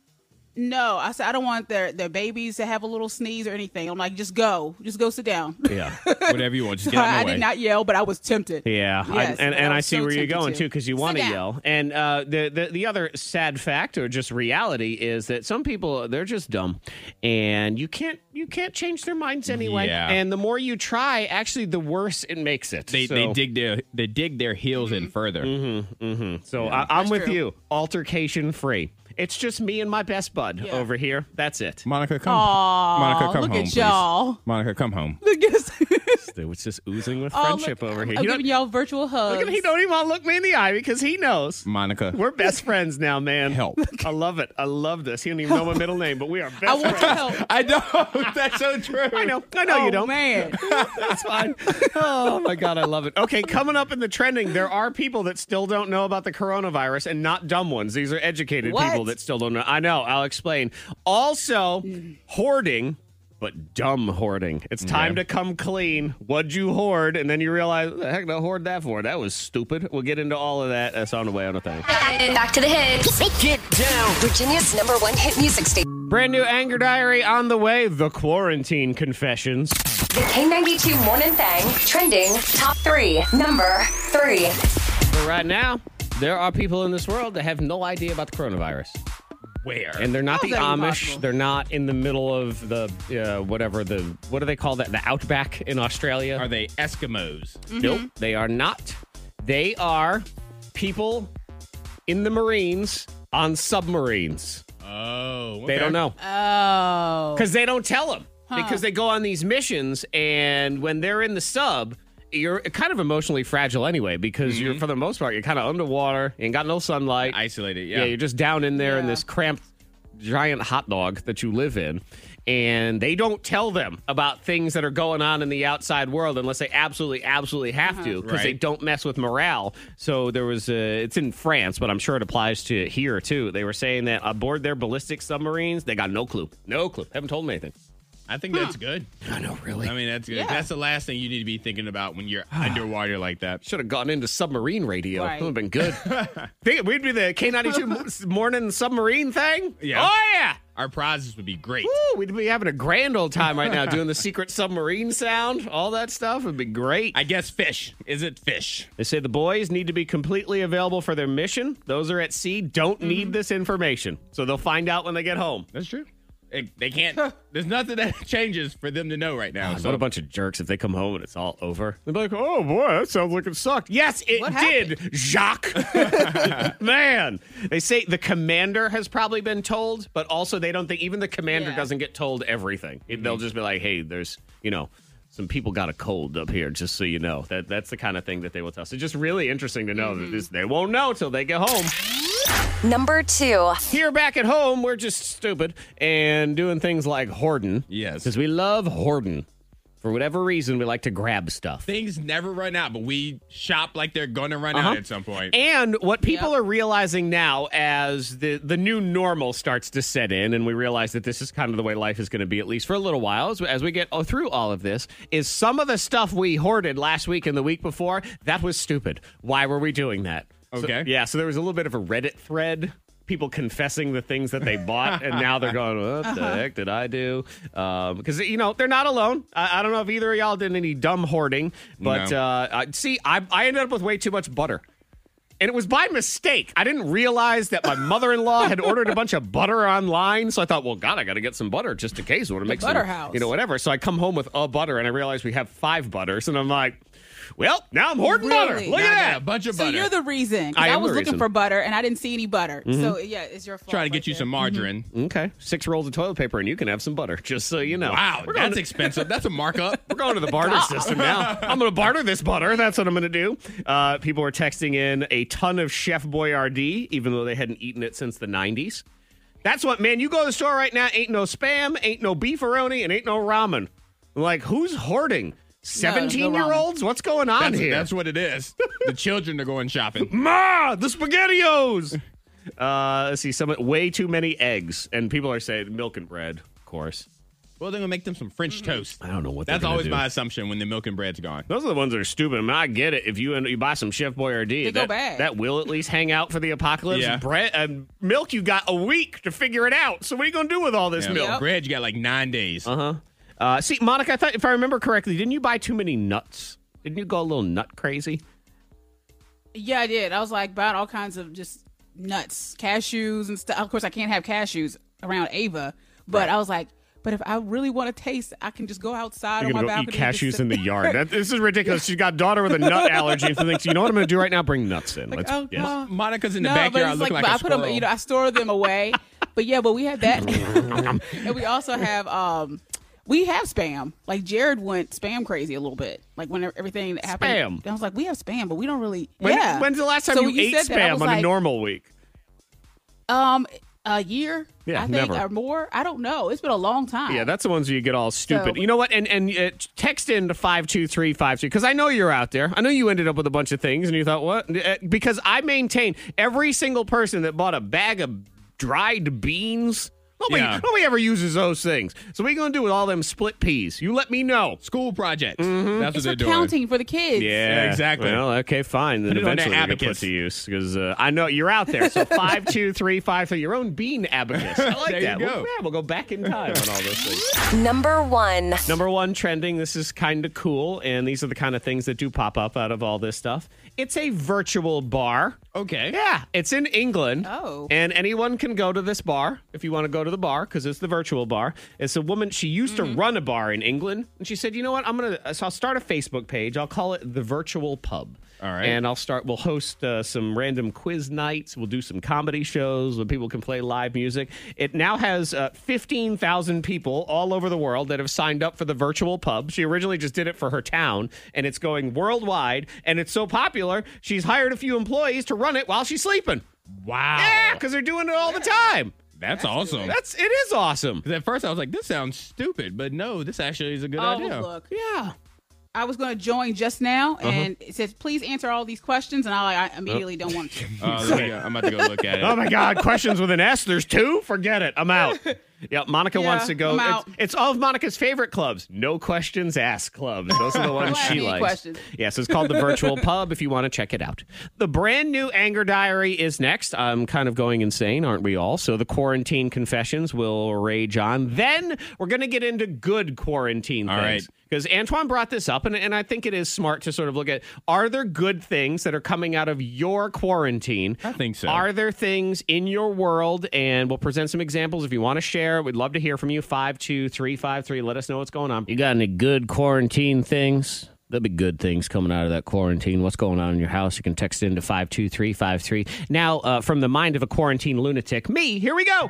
S6: No, I said I don't want their their babies to have a little sneeze or anything. I'm like, just go, just go sit down.
S1: Yeah.
S5: Whatever you want, just get
S6: I,
S5: out
S6: I
S5: of my
S6: did
S5: way.
S6: not yell, but I was tempted.
S1: Yeah, I-
S6: Yes,
S1: and,
S6: but
S1: and
S6: I
S1: I
S6: was
S1: see
S6: so
S1: where you're
S6: tempted
S1: going
S6: to.
S1: too, because you
S6: Sit
S1: want to
S6: down.
S1: yell. And uh, the, the the other sad fact, or just reality, is that some people they're just dumb, and you can't you can't change their minds anyway.
S5: Yeah.
S1: And the more you try, actually, the worse it makes it.
S5: They,
S1: so,
S5: they dig their they dig their heels
S6: Mm-hmm.
S5: in further.
S1: So I, I'm with
S6: true.
S1: you, altercation free. It's just me and my best bud over here. That's it.
S5: Monica, come.
S6: Aw,
S5: Monica, come
S6: look
S5: home,
S6: at
S5: please.
S6: y'all.
S5: Monica, come home.
S6: Look at us.
S1: It was just oozing with
S6: Oh,
S1: friendship
S6: look,
S1: over
S6: I'm-
S1: here.
S6: I'm
S1: You don't-
S6: giving y'all virtual hugs.
S1: look at him, he don't even want to look me in the eye because he knows.
S5: Monica,
S1: We're best friends now, man.
S5: Help.
S1: I love it. I love this. He don't even know my middle name, but we are best
S6: I want
S1: friends.
S6: your help.
S5: I don't. That's so true.
S1: I know. I know
S6: oh,
S1: you don't.
S6: man.
S1: That's fine. Oh my god, I love it. Okay, coming up in the trending, there are people that still don't know about the coronavirus and not dumb ones. These are educated
S6: What?
S1: people that still don't know. I know, I'll explain. Also, hoarding but dumb hoarding. It's time to come clean. What'd you hoard? And then you realize, "What the heck, did I hoard that for? That was stupid. We'll get into all of that. That's on the way on a thing.
S3: Back to the hits.
S8: Get down.
S2: Virginia's number one hit music station.
S1: Brand new anger diary on the way. The quarantine confessions.
S2: The K92 Morning Thang trending top three. Number three.
S1: But right now, there are people in this world that have no idea about the coronavirus.
S5: Where?
S1: And they're not
S6: How
S1: the
S5: Oh,
S6: is that
S1: Amish.
S6: even possible?
S1: They're not in the middle of the uh, whatever the what do they call that? The outback in Australia.
S5: Are they Eskimos?
S6: Mm.
S1: Nope, they are not. They are people in the Marines on submarines.
S5: Oh,
S1: They don't know
S6: Oh.
S1: because they don't tell them because they go on these missions and when they're in the sub you're kind of emotionally fragile anyway because you're
S5: Mm-hmm.
S1: for the most part you're kind of underwater you ain't got no sunlight
S5: Isolated.
S1: yeah.
S5: Yeah.
S1: you're just down in there in this cramped giant hot dog that you live in. And they don't tell them about things that are going on in the outside world unless they absolutely, absolutely have to because they
S5: Right.
S1: don't mess with morale. So there was, a, it's in France, but I'm sure it applies to here too. They were saying that aboard their ballistic submarines, they got no clue. No clue. Haven't told me anything.
S5: I think that's good.
S1: I know, really.
S5: I mean, that's good.
S6: Yeah.
S5: That's the last thing you need to be thinking about when you're underwater like that.
S1: Should have gone into submarine radio.
S6: Right.
S1: It would have been good. Think we'd be the K92 m- morning submarine thing.
S5: Yeah.
S1: Oh, yeah.
S5: Our prizes would be great.
S1: Woo, we'd be having a grand old time right now doing the secret submarine sound. All that stuff would be great.
S5: I guess fish. Is it fish?
S1: They say the boys need to be completely available for their mission. Those are at sea don't need this information. So they'll find out when they get home.
S5: That's true. they can't. there's nothing that changes for them to know right now.
S1: What a bunch of jerks if they come home and it's all over. They'll be like, oh boy, that sounds like it sucked. Yes, it
S6: What
S1: did, Jacques. Man. They say the commander has probably been told, but also they don't think even the commander
S6: Yeah. Mm-hmm.
S1: doesn't get told everything. It- They'll just be like, hey, there's, you know, some people got a cold up here, just so you know. That that's the kind of thing that they will tell. So just really interesting to know
S6: Mm-hmm.
S1: that this they won't know till they get home
S2: Number two.
S1: here back at home, we're just stupid and doing things like hoarding.
S5: Yes.
S1: Because we love hoarding. For whatever reason, we like to grab stuff.
S5: Things never run out, but we shop like they're going to run out at some point.
S1: Uh-huh. And what people are realizing now as the, the new normal starts to set in, and we realize that this is kind of the way life is going to be, at least for a little while, as, as we get oh, through all of this, is some of the stuff we hoarded last week and the week before, that was stupid. Why were we doing that? So-
S5: Okay.
S1: yeah, so there was a little bit of a Reddit thread. People confessing the things that they bought, and now they're going, "What the heck did I do?" Because you know they're not alone. I, I don't know if either of y'all did any dumb hoarding, but
S5: No.
S1: uh, I, see, I, I ended up with way too much butter. and it was by mistake. I didn't realize that my mother-in-law had ordered a bunch of butter online, so I thought, well, God, I got to get some butter just in case. I want to make
S6: butter
S1: some,
S6: house.
S1: you know, whatever. So I come home with a butter, and I realize we have five butters, and I'm like, well, now I'm hoarding butter.
S6: Really?
S1: Look
S5: I
S1: at
S5: got
S1: that.
S5: a bunch of
S6: So
S5: butter.
S6: you're the reason. 'cause
S1: I
S6: I,
S1: am
S6: was
S1: the
S6: looking
S1: reason. Mm-hmm.
S6: for butter and I didn't see any butter. So yeah, it's your fault.
S5: trying to
S6: right
S5: get you
S6: there.
S5: some margarine.
S1: Okay, six rolls of toilet paper, and you can have some butter, just so you know.
S5: Wow,
S1: we're going,
S5: that's
S1: to,
S5: expensive. That's a markup.
S1: we're going to the barter system now. I'm going to barter this butter. That's what I'm going to do. Uh, people are texting in a ton of Chef Boyardee, even though they hadn't eaten it since the 90s. That's what, man. You go to the store right now, ain't no spam, ain't no beefaroni, and ain't no ramen. I'm like, who's hoarding? 17 year olds? What's going on
S5: That's,
S1: here? Mm-hmm.
S5: that's what it is. The children are going shopping.
S1: Ma, the SpaghettiOs. Uh, let's see, some way too many eggs, and people are saying milk and bread, of course.
S5: Well, they're gonna make them some French toast.
S1: Mm-hmm. I don't know what they're
S5: That's
S1: gonna
S5: always
S1: do.
S5: my assumption when the milk and bread's gone.
S1: Those are the ones that are stupid. I mean, I get it. If you you buy some Chef Boyardee,
S6: They go
S1: that,
S6: bad.
S1: that will at least hang out for the apocalypse.
S5: Yeah.
S1: Bread and milk, you got a week to figure it out. So what are you gonna do with all this
S5: Yeah,
S1: milk?
S6: Yep.
S5: Bread, you got like nine days.
S1: Uh huh. Uh, see, Monica, I thought if I remember correctly, didn't you buy too many nuts? Didn't you go a little nut crazy?
S6: Yeah, I did. I was like buying all kinds of just nuts, cashews and stuff. Of course, I can't have cashews around Ava, but I was like, but if I really want to taste, I can just go outside
S1: You're
S6: on my
S1: gonna go eat
S6: balcony. and just
S1: cashews
S6: sit
S1: in the
S6: there.
S1: yard. That, this is ridiculous. She's got a daughter with a nut allergy. and thinks, you know what I'm gonna do right now? Bring nuts in. Let's.
S6: oh,
S1: yes.
S6: God.
S5: Monica's in the backyard. I look like,
S6: but
S5: a
S6: I put them,
S5: squirrel.
S6: you know, I store them away. but yeah, but we have that, and we also have um, we have spam. Like Jared went spam crazy a little bit. Like when everything happened,
S1: Spam.
S6: I was like, we have spam, but we don't really.
S1: When,
S6: yeah.
S1: When's the last time
S6: So
S1: you,
S6: when
S1: ate
S6: said that, I
S1: spam
S6: was
S1: on a
S6: like,
S1: normal week?
S6: Um, a year.
S1: Yeah,
S6: I think,
S1: never.
S6: or more. I don't know. It's been a long time.
S1: Yeah, that's the ones where you get all stupid.
S6: So-
S1: you know what? And and uh, text in to five two three five two because I know you're out there. I know you ended up with a bunch of things, and you thought what? Uh, Because I maintain every single person that bought a bag of dried beans. Nobody,
S5: Yeah.
S1: nobody ever uses those things. So what are you gonna do with all them split peas? You let me know.
S5: School projects.
S1: Mm-hmm.
S5: That's what
S6: it's
S5: they're
S6: for
S5: doing.
S6: counting for the kids.
S5: Yeah, exactly.
S1: Well, okay, fine. Then
S5: Put it on
S1: eventually
S5: that
S1: you're gonna put
S5: abacus.
S1: to use because uh, I know you're out there. So five two three five three. Your own bean abacus. I like
S5: There you
S1: that. Well,
S5: go.
S1: yeah, we'll go back in time on all those things.
S2: Number one.
S1: Number one trending. This is kind of cool, and these are the kind of things that do pop up out of all this stuff. It's a virtual bar.
S5: Okay.
S1: Yeah, it's in England.
S6: Oh.
S1: And anyone can go to this bar if you want to go to the bar because it's the virtual bar. It's a woman, she used to run a bar in England, and she said, you know what? I'm going to, so I'll start a Facebook page. I'll call it The Virtual Pub.
S5: All right.
S1: And I'll start, we'll host uh, some random quiz nights. We'll do some comedy shows where people can play live music. It now has uh, 15,000 people all over the world that have signed up for the virtual pub. She originally just did it for her town, and it's going worldwide. And it's so popular, she's hired a few employees to run it while she's sleeping.
S5: Wow.
S1: Yeah, because they're doing it all the time.
S5: That's, awesome.
S1: That's it is awesome.
S5: 'Cause at first I was like, this sounds stupid, but no, this actually is a good
S6: Oh,
S5: idea.
S6: look.
S1: Yeah.
S6: I was going to join just now,
S1: Uh-huh.
S6: and it says, please answer all these questions. And I, like, I immediately don't want to.
S5: Oh, there we go. I'm about to go look at it.
S1: Oh my God! Questions with an S. There's two. Forget it. I'm out. Yeah, Monica
S6: Yeah,
S1: wants to go.
S6: I'm
S1: it's,
S6: out.
S1: it's all of Monica's favorite clubs. No questions asked clubs. Those are the ones
S6: Glad I
S1: she
S6: need
S1: likes.
S6: questions.
S1: Yes, it's called the Virtual Pub. If you want to check it out, the brand new Anger Diary is next. I'm kind of going insane, aren't we all? So the quarantine confessions will rage on. Then we're going to get into good quarantine
S5: All
S1: things.
S5: right.
S1: Because Antoine brought this up, and, and I think it is smart to sort of look at are there good things that are coming out of your quarantine?
S5: I think so.
S1: Are there things in your world? And we'll present some examples if you want to share. We'd love to hear from you. 52353. Let us know what's going on. You got any good quarantine things? There'll be good things coming out of that quarantine. What's going on in your house? You can text into 52353. Now, uh, from the mind of a quarantine lunatic, me, here we go.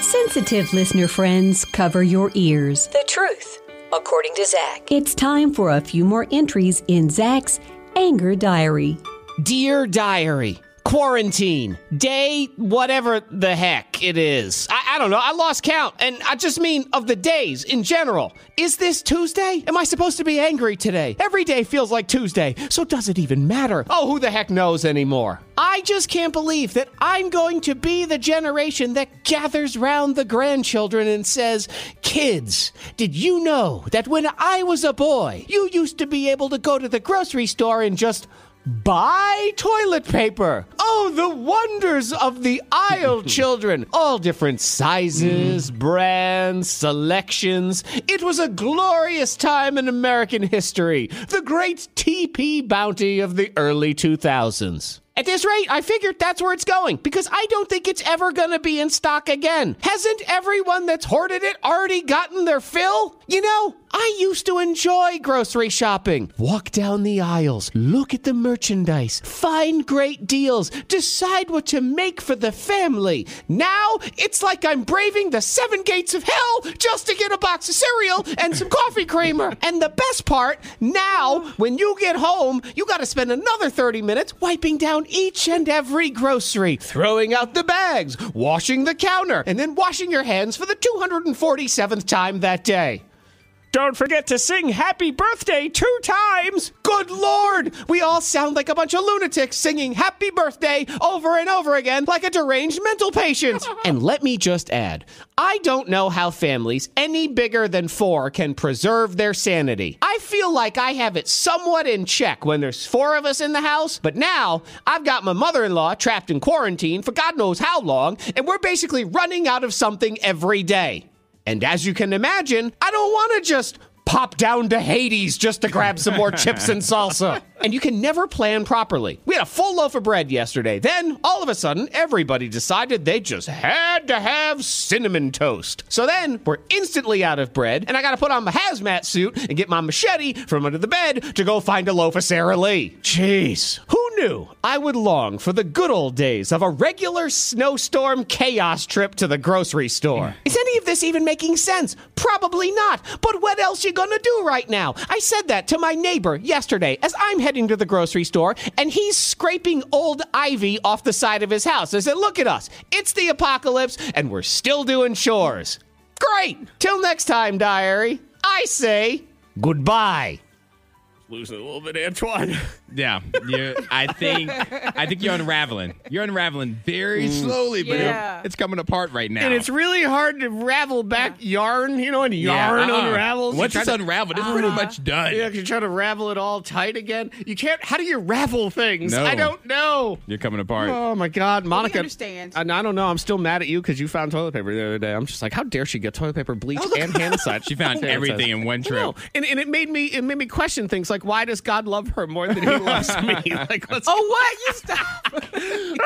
S10: Sensitive listener friends, cover your ears.
S3: The truth, according to Zach.
S10: It's time for a few more entries in Zach's Anger Diary.
S1: Dear Diary, quarantine, day, whatever the heck it is. I, I don't know. I lost count. And I just mean of the days in general. Is this Tuesday? Am I supposed to be angry today? Every day feels like Tuesday, so does it even matter? Oh, who the heck knows anymore? I just can't believe that I'm going to be the generation that gathers round the grandchildren and says, Kids, did you know that when I was a boy, you used to be able to go to the grocery store and just Buy toilet paper. Oh, the wonders of the aisle, children. All different sizes, brands, selections. It was a glorious time in American history. The great TP bounty of the early 2000s. At this rate, I figured that's where it's going because I don't think it's ever going to be in stock again. Hasn't everyone that's hoarded it already gotten their fill? You know, I used to enjoy grocery shopping. Walk down the aisles, look at the merchandise, find great deals, decide what to make for the family. Now, it's like I'm braving the seven gates of hell just to get a box of cereal and some coffee creamer. And the best part, now, when you get home, you got to spend another 30 minutes wiping down each and every grocery, throwing out the bags, washing the counter, and then washing your hands for the 247th time that day. Don't forget to sing happy birthday two times. Good lord, we all sound like a bunch of lunatics singing happy birthday over and over again like a deranged mental patient. and let me just add, I don't know how families any bigger than 4 can preserve their sanity. I feel like I have it somewhat in check when there's 4 of us in the house, but now I've got my mother-in-law trapped in quarantine for God knows how long and we're basically running out of something every day. And as you can imagine, I don't want to just pop down to Hades just to grab some more chips and salsa. And you can never plan properly. We had a full loaf of bread yesterday. Then, all of a sudden, everybody decided they just had to have cinnamon toast. So then, we're instantly out of bread, and I got to put on my hazmat suit and get my machete from under the bed to go find a loaf of Sara Lee. Jeez. Who knew I would long for the good old days of a regular snowstorm chaos trip to the grocery store? Is any of this even making sense? Probably not. But what else you gonna do right now? I said that to my neighbor yesterday as I'm heading to the grocery store and he's scraping old ivy off the side of his house. I said, "Look at us. It's the apocalypse and we're still doing chores." Great. Till next time, diary. I say goodbye. Losing a little bit, Antoine.
S5: Yeah, you, I think I think you're unraveling. You're unraveling very slowly, but it-
S6: Yeah.
S5: it's coming apart right now.
S1: Mm. And it's really hard to ravel back yarn, you know, and
S5: Yeah,
S1: yarn
S5: uh-uh.
S1: unravels. You
S5: Once
S1: try
S5: it's
S1: to-
S5: unraveled, it's pretty
S6: Uh-huh.
S5: much done.
S1: Yeah, 'cause you try to ravel it all tight again. You can't. How do you ravel things?
S5: No.
S1: I don't know.
S5: You're coming apart.
S1: Oh my God, Monica!
S6: understand.
S1: And I don't know. I'm still mad at you because you found toilet paper the other day. I'm just like, how dare she get toilet paper, bleach, and hand sanitizer?
S5: She found everything in one trip.
S1: No, and, and it made me it made me question things like, why does God love her more than He loves me? Like, let's
S6: Oh, what? You stop.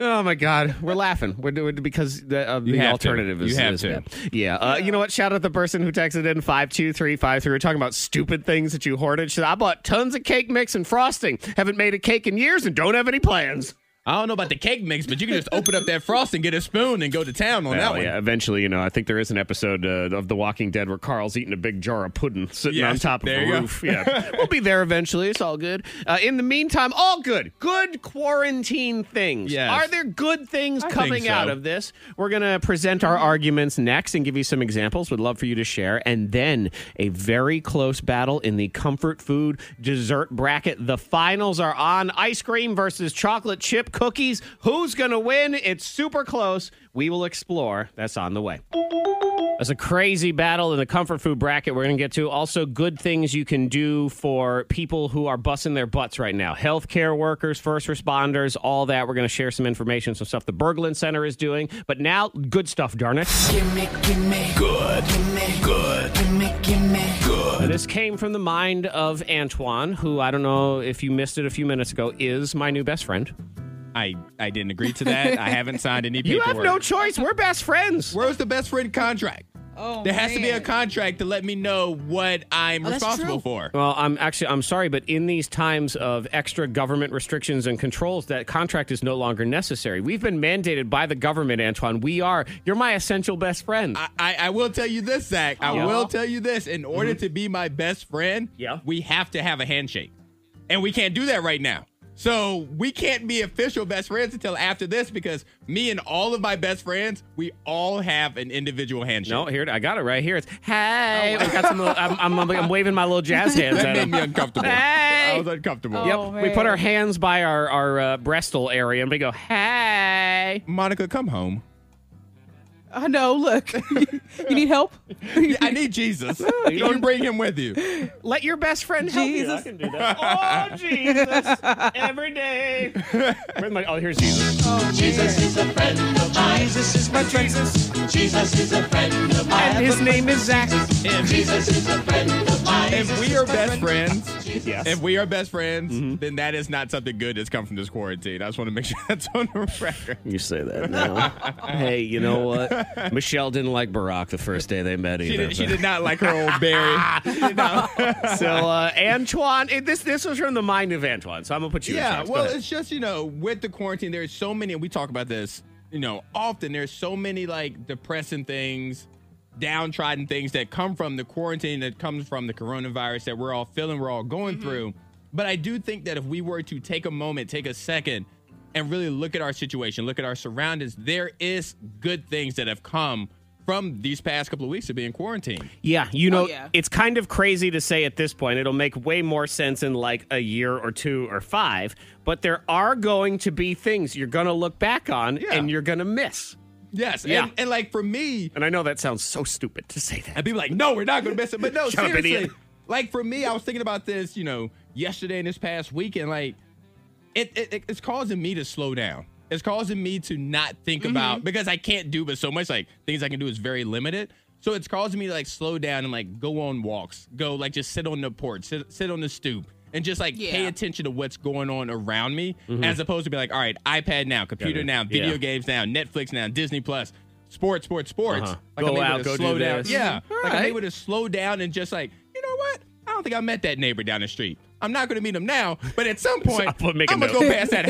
S1: Oh my God, we're laughing. We're doing it because the, uh, the
S5: have to.
S1: alternative is
S5: You have
S1: is
S5: to.
S1: bad. Yeah, uh, you know what? Shout out the person who texted in five two three five three. We're talking about stupid things that you hoarded. She said, I bought tons of cake mix and frosting. Haven't made a cake in years and don't have any plans.
S5: I don't know about the cake mix, but you can just open up that frost and get a spoon and go to town on that
S1: Well,
S5: one.
S1: yeah, eventually, you know, I think there is an episode uh, of The Walking Dead where Carl's eating a big jar of pudding sitting
S5: Yes,
S1: on top of
S5: there
S1: a
S5: you go.
S1: roof. Yeah, we'll be there eventually. It's all good. Uh, in the meantime, all good. Good quarantine things.
S5: Yes.
S1: Are there good things
S5: I
S1: coming
S5: think so.
S1: out of this? We're going to present our arguments next and give you some examples. Would love for you to share. And then a very close battle in the comfort food dessert bracket. The finals are on ice cream versus chocolate chip cookies. Who's going to win? It's super close. We will explore. That's on the way. That's a crazy battle in the comfort food bracket we're going to get to. Also, good things you can do for people who are busting their butts right now healthcare workers, first responders, all that. We're going to share some information, some stuff the Berglund Center is doing. But now, good stuff, darn it. This came from the mind of Antoine, who I don't know if you missed it a few minutes ago, is my new best friend.
S5: I, I didn't agree to that. I haven't signed any
S1: You
S5: paperwork.
S1: have no choice. We're best friends.
S5: Where's the best friend contract?
S6: Oh,
S5: there has to be a
S6: man. Oh,
S5: contract to let me know what I'm
S6: that's
S5: responsible
S6: true.
S5: for.
S1: Well, I'm actually I'm sorry, but in these times of extra government restrictions and controls, that contract is no longer necessary. We've been mandated by the government, Antoine. We are you're my essential best friend.
S5: I, I, I will tell you this, Zach. I
S1: Yeah. Mm-hmm.
S5: will tell you this. In order to be my best friend,
S1: Yeah.
S5: we have to have a handshake. And we can't do that right now. So we can't be official best friends until after this because me and all of my best friends, we all have an individual handshake.
S1: no, here it- I got it right here. It's hey,
S6: Oh,
S1: I got some little, I'm, I'm, I'm, waving my little jazz hands
S5: That
S1: at
S5: made
S1: him.
S5: me uncomfortable.
S1: Hey!
S5: I was uncomfortable.
S1: Yep,
S6: Oh,
S1: we put
S6: man.
S1: our hands by our our uh, breastal area and we go hey.
S5: Monica, come home.
S6: I know. Look, you need help.
S5: I need Jesus. you can bring him with you.
S1: Let your best friend help you. I
S6: Jesus.
S1: can do that. Oh, Jesus. Every day. Where's my- oh, here's Jesus.
S9: Jesus is a friend of mine.
S1: Jesus is my Jesus.
S9: Jesus is a friend of mine.
S1: And his name is Zach.
S9: Jesus is a friend of mine.
S5: If we are best friends,
S1: Yes.
S5: if we are best friends, then that is not something good that's come from this quarantine. I just want to make sure that's on the record.
S1: You say that now. hey, you know what? Michelle didn't like Barack the first day they met either.
S5: She did, she
S1: but-
S5: did not like her old Barry. She did not-
S1: So uh, Antoine, it, this this was from the mind of Antoine. So I'm gonna put you. in
S5: yeah,
S1: charge. Go
S5: well,
S1: ahead.
S5: it's just you know, with the quarantine, there's so many, and we talk about this, you know, often. There's so many like depressing things, downtrodden things that come from the quarantine, that comes from the coronavirus that we're all feeling, we're all going through. But I do think that if we were to take a moment, take a second, and really look at our situation, look at our surroundings, there is good things that have come from these past couple of weeks of being quarantined.
S1: yeah, you know,
S6: yeah.
S1: it's kind of crazy to say at this point. It'll make way more sense in like a year or two or five. But there are going to be things you're gonna look back on
S5: Yeah.
S1: and you're gonna miss.
S5: Yes,
S1: Yeah.
S5: and, and like for me,
S1: And I know that sounds so stupid to say that.
S5: And people are like, no, we're not going to miss it. But no,
S1: Shut up,
S5: seriously.
S1: idiot.
S5: Like for me, I was thinking about this, you know, yesterday and this past weekend. Like, it, it- it- it's causing me to slow down. It's causing me to not think
S1: Mm-hmm.
S5: about because I can't do but so much. Like things I can do is very limited. So it's causing me to like slow down and like go on walks, go like just sit on the porch, sit, sit on the stoop, and just like pay
S6: Yeah.
S5: attention to what's going on around me, as opposed to be like, all right, iPad now, computer
S1: Gotta-
S5: now, video
S1: Mm-hmm. yeah.
S5: games now, Netflix now, Disney Plus, sports, sports, sports.
S1: Uh-huh.
S5: Like
S1: Go
S5: I'm able
S1: out,
S5: to
S1: go do
S5: slow down.
S1: this.
S5: Yeah,
S6: Mhm.
S5: like I'm
S6: Right.
S5: able to slow down and just like, you know what? I don't think I met that neighbor down the street. I'm not going to meet him now, but at some point,
S1: I'll make a
S5: I'm gonna
S1: note.
S5: go past that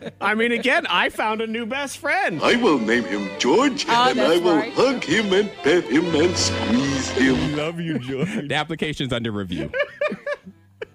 S5: house.
S1: I mean, again, I found a new best friend.
S11: I will name him George,
S6: Ah,
S11: and I
S6: that's
S11: will
S6: right.
S11: hug him and pet him and squeeze him.
S1: Love you, George.
S5: the application's under review.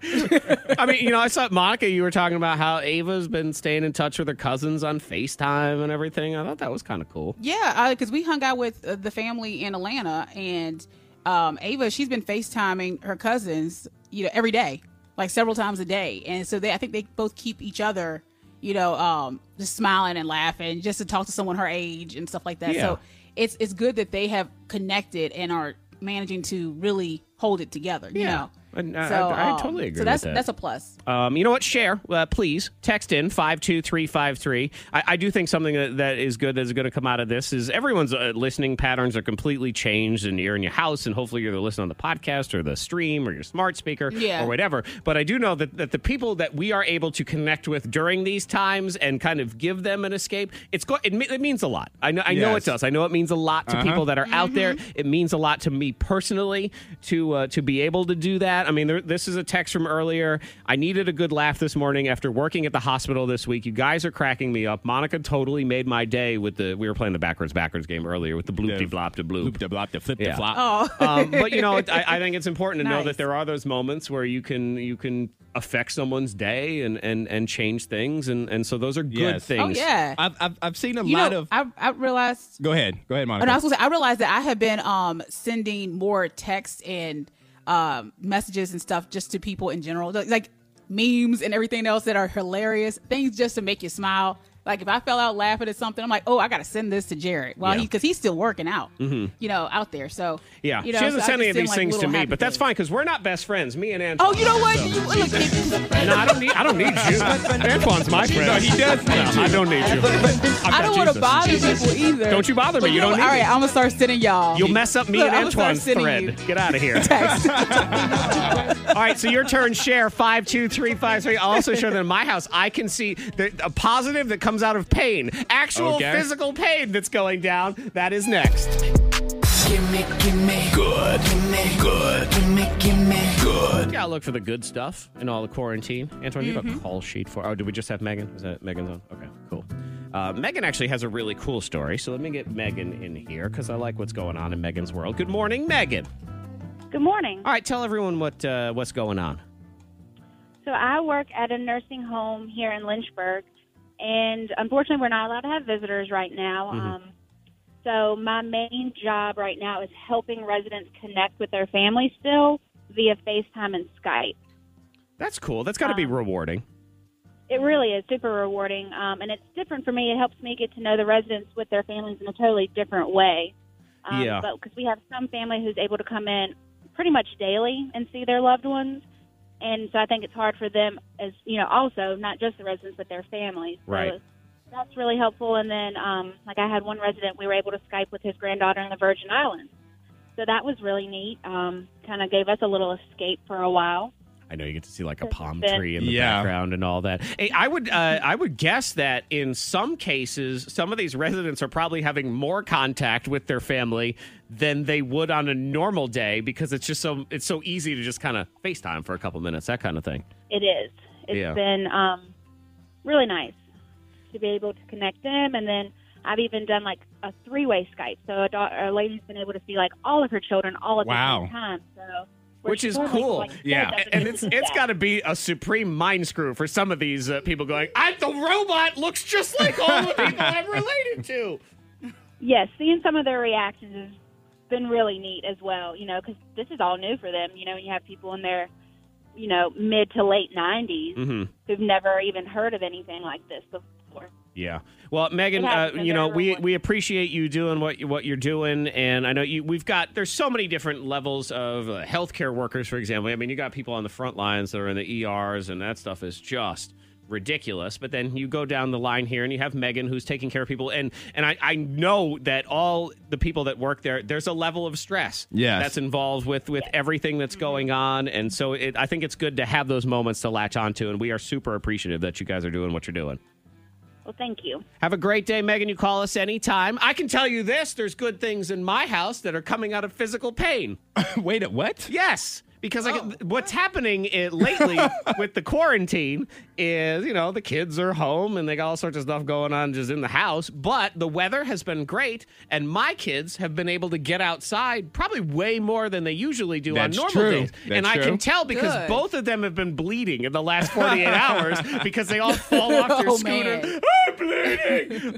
S1: I mean, you know, I saw Monica. You were talking about how Ava's been staying in touch with her cousins on Facetime and everything. I thought that was kind of cool.
S6: Yeah, because we hung out with uh, the family in Atlanta, and um, Ava, she's been FaceTiming her cousins, you know, every day, like several times a day, and so they, I think they both keep each other, you know, um, just smiling and laughing, just to talk to someone her age and stuff like that.
S1: Yeah.
S6: So it's it's good that they have connected and are managing to really hold it together. You
S1: Yeah.
S6: know,
S1: And I- I- I totally agree
S6: So
S1: with
S6: that's
S1: that.
S6: that's a plus.
S1: Um, you know what? Share, uh, please. Text in 52353. I, I do think something that, that is good that's going to come out of this is everyone's uh, listening patterns are completely changed, and you're in your house, and hopefully you're listening on the podcast or the stream or your smart speaker
S6: Yeah.
S1: or whatever. But I do know that, that the people that we are able to connect with during these times and kind of give them an escape, it's go- it, me- it means a lot. I know, I know it
S5: Yes.
S1: does. I know it means a lot
S5: Uh-huh.
S1: to people that are out there.
S6: Mm-hmm.
S1: It means a lot to me personally to uh, to be able to do that. I mean, there, this is a text from earlier. I needed a good laugh this morning after working at the hospital this week. You guys are cracking me up. Monica totally made my day with the. We were playing the backwards backwards game earlier with the bloop de blop de bloop.
S5: Bloop da blop da flip
S1: Yeah.
S5: da flop.
S1: Um, but you know, it- I, I think it's important to know
S6: Oh. Nice.
S1: that there are those moments where you can you can affect someone's day and and and change things, and and so those are good
S5: Yes. Oh,
S1: things.
S6: Oh yeah,
S5: I've, I've I've seen a
S6: you
S5: lot
S6: know,
S5: of.
S6: I I realized
S5: go ahead, go ahead,
S6: And
S5: Monica.
S6: I was gonna say, I realized that I have been um sending more texts and um messages and stuff just to people in general, like- like memes and everything else that are hilarious things just to make you smile. Like if I fell out laughing at something, I'm like, oh, I gotta send this to Jared. Well,
S1: Yeah. Mm-hmm.
S6: he because he's still working out, you know, out there. So
S1: Yeah,
S6: you know,
S1: she hasn't
S6: so I
S1: sent any of
S6: just
S1: these
S6: send,
S1: things
S6: like,
S1: to
S6: little
S1: me,
S6: happy
S1: but that's
S6: things.
S1: fine because we're not best friends. Me and Antoine.
S6: Oh, you know what? You- look, I
S1: no, I don't need. I don't need you. Antoine's my friend.
S5: No, he does need
S1: I don't need you. I've got
S6: don't want to
S1: Jesus.
S6: bother people either.
S1: Don't you bother me.
S6: But
S1: You don't
S6: know
S1: need
S6: what? All right,
S1: me.
S6: I'm gonna start sending y'all.
S1: You'll mess up me
S6: Look,
S1: and
S6: I'ma start
S1: Antoine's
S6: sending
S1: thread.
S6: you
S1: Get out of here.
S6: texts.
S1: All right, so your turn. Share five two three five three. I'll also show that in my house. I can see the, a positive that comes out of pain, actual
S5: Okay.
S1: physical pain that's going down. That is next. You gotta look for the good stuff in all the quarantine. Antoine, you have a call sheet for. Oh, did we just have Megan? Is that Megan's on? Okay, cool. Uh, Megan actually has a really cool story, so let me get Megan in here because I like what's going on in Megan's world. Good morning, Megan.
S11: Good morning.
S1: All right, tell everyone what uh, what's going on.
S11: So I work at a nursing home here in Lynchburg, and unfortunately, we're not allowed to have visitors right now. Um, so my main job right now is helping residents connect with their families still via FaceTime and Skype.
S1: That's cool. That's got to be rewarding.
S11: Um, It really is super rewarding, um, and it's different for me. It helps me get to know the residents with their families in a totally different way. Um,
S12: Yeah.
S11: But because we have some family who's able to come in pretty much daily and see their loved ones, and so I think it's hard for them as you know, also not just the residents but their families. So
S13: Right.
S11: it's- that's really helpful. And then, um, like I had one resident, we were able to Skype with his granddaughter in the Virgin Islands, so that was really neat. Um, kind of gave us a little escape for a while.
S1: I know you get to see like a palm
S11: been-
S1: tree in the
S5: Yeah.
S1: background and all that. Hey, I would uh, I would guess that in some cases, some of these residents are probably having more contact with their family than they would on a normal day because it's just so it's so easy to just kind of FaceTime for a couple minutes, that kind of thing.
S11: It is. It's
S1: Yeah.
S11: been um, really nice to be able to connect them, and then I've even done like a three-way Skype. So a, da- a lady's been able to see like all of her children all at the
S1: Wow.
S11: same time. So we're
S1: Which is
S11: totally,
S1: cool,
S11: like,
S1: A- and it's it's got to be a supreme mind screw for some of these uh, people going. I the robot looks just like all the people I'm related to.
S11: Yes, seeing some of their reactions has been really neat as well, you know, because this is all new for them. You know, you have people in their, you know, mid to late 90s
S1: Mm-hmm.
S11: who've never even heard of anything like this before.
S1: Yeah. Well, Megan,
S11: It
S1: uh,
S11: has been
S1: you know
S11: very
S1: we we appreciate you doing what you, what you're doing, and I know you. We've got there's so many different levels of uh, healthcare workers, for example. I mean, you got people on the front lines that are in the ERs, and that stuff is just ridiculous. But then you go down the line here, and you have Megan who's taking care of people, and and I, I know that all the people that work there, there's a level of stress
S5: Yes.
S1: that's involved with with everything that's
S11: Mm-hmm.
S1: going on, and so it, I think it's good to have those moments to latch onto, and we are super appreciative that you guys are doing what you're doing.
S11: Well, thank you.
S1: Have a great day, Megan. You call us anytime. I can tell you this there's good things in my house that are coming out of physical pain.
S5: Wait, what? Oh.
S1: Yes. Because I get, what's happening i- lately with the quarantine is, you know, the kids are home and they got all sorts of stuff going on just in the house. But the weather has been great, and my kids have been able to get outside probably way more than they usually do
S5: That's
S1: on normal
S5: true.
S1: days. and
S5: That's
S1: I
S5: true.
S1: can tell because
S5: Good.
S1: both of them have been bleeding in the last 48 hours because they all fall off their
S5: Oh,
S1: scooter.
S5: man.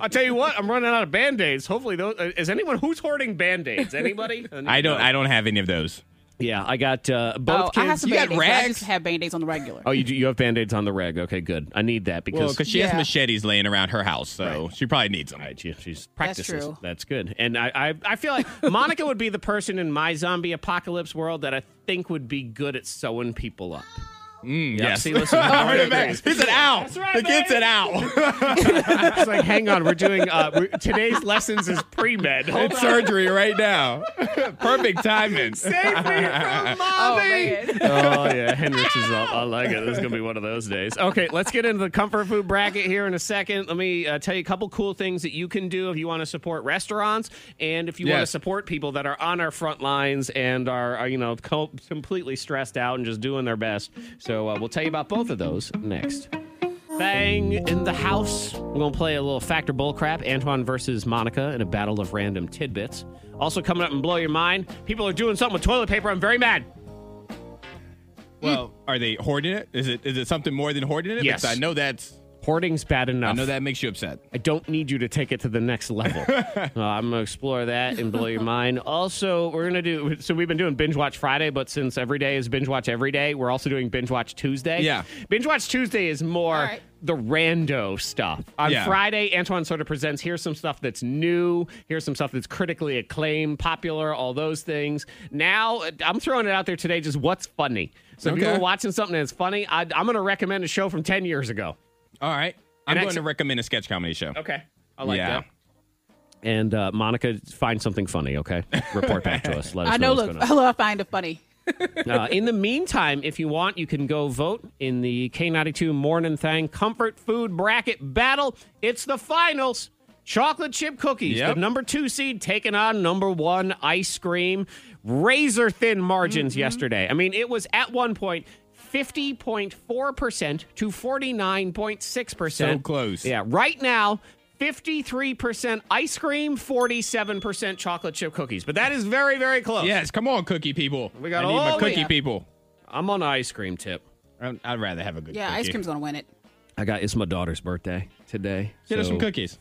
S1: I'll tell you what, I'm running out of band aids. Hopefully, those. uh, Is anyone who's hoarding band aids? Anybody?
S5: I don't. I don't have any of those.
S1: Yeah, I got uh, both
S6: oh,
S1: kids.
S6: I have some
S1: You got
S6: band-aids. but I
S1: rags?
S6: just have band-aids on the regular.
S1: Oh, you do, you have band aids on the reg. Okay, good. I need that because
S5: Well, because she has
S6: Yeah.
S5: machetes laying around her house, so she probably needs them.
S1: she, she's practices.
S6: true.
S1: That's good. And I, I, I feel like Monica would be the person in my zombie apocalypse world that I think would be good at sewing people up.
S5: Mm,
S1: Yeah,
S5: yes.
S1: see, listen,
S5: I heard
S1: Mario
S5: it back.
S1: agrees.
S5: He said, "Ow!" the kid said, "Ow!"
S1: it's like, hang on, we're doing uh, we're, today's lessons is pre med.
S6: Oh,
S5: it's surgery right now. Perfect timing. Save me from
S1: Oh, yeah, Hendrix is up. I like it. This is gonna be one of those days. Okay, let's get into the comfort food bracket here in a second. Let me uh, tell you a couple cool things that you can do if you want to support restaurants and if you want to
S5: Yes.
S1: support people that are on our front lines and are, are you know co- completely stressed out and just doing their best. So uh, we'll tell you about both of those next. Bang in the house. We're going to play a little factor bullcrap. Antoine versus Monica in a battle of random tidbits. Also, coming up and blow your mind. People are doing something with toilet paper. I'm very mad.
S5: Well, are they hoarding it? Is it is it something more than hoarding it?
S1: Yes.
S5: Because I know that's
S1: Hoarding's bad enough.
S5: I know that makes you upset.
S1: I don't need you to take it to the next level. Uh, I'm going to explore that and blow your mind. Also, we're going to do so we've been doing binge watch Friday, but since every day is binge watch every day, we're also doing binge watch Tuesday.
S5: Yeah.
S1: Binge watch Tuesday is more
S5: All right.
S1: the rando stuff. On
S5: Yeah.
S1: Friday, Antoine sort of presents here's some stuff that's new, here's some stuff that's critically acclaimed, popular, all those things. Now, uh, I'm throwing it out there today just what's funny. So if
S5: Okay.
S1: you're watching something that's funny, I, I'm going to recommend a show from 10 years ago.
S5: All right. I'm
S1: And
S5: going
S1: ex-
S5: to recommend a sketch comedy show.
S1: Okay. I like
S5: Yeah.
S1: that. And uh, Monica, find something funny, okay? Report back to us. Let us
S6: I know.
S1: what's
S6: Look,
S1: going
S6: I
S1: on.
S6: love find it funny.
S1: Uh, in the meantime, if you want, you can go vote in the K92 Morning Thang Comfort Food Bracket Battle. It's the finals. Chocolate chip cookies,
S5: Yep.
S1: the number two seed taking on number one ice cream. Razor thin
S5: Mm-hmm.
S1: margins yesterday. I mean, it was at one point 50.4% to 49.6%.
S5: So close.
S1: Yeah, right now, 53% ice cream, 47% chocolate chip cookies. But that is very, very close.
S5: Yes, come on, cookie people. We
S1: got
S5: I need
S1: all
S5: my
S1: the-
S5: cookie people.
S1: I'm on ice cream tip.
S5: I'd I'd rather have a good
S6: Yeah,
S5: cookie.
S6: ice cream's gonna win it.
S1: I got it's my daughter's birthday today.
S5: Get us
S1: so-
S5: some cookies.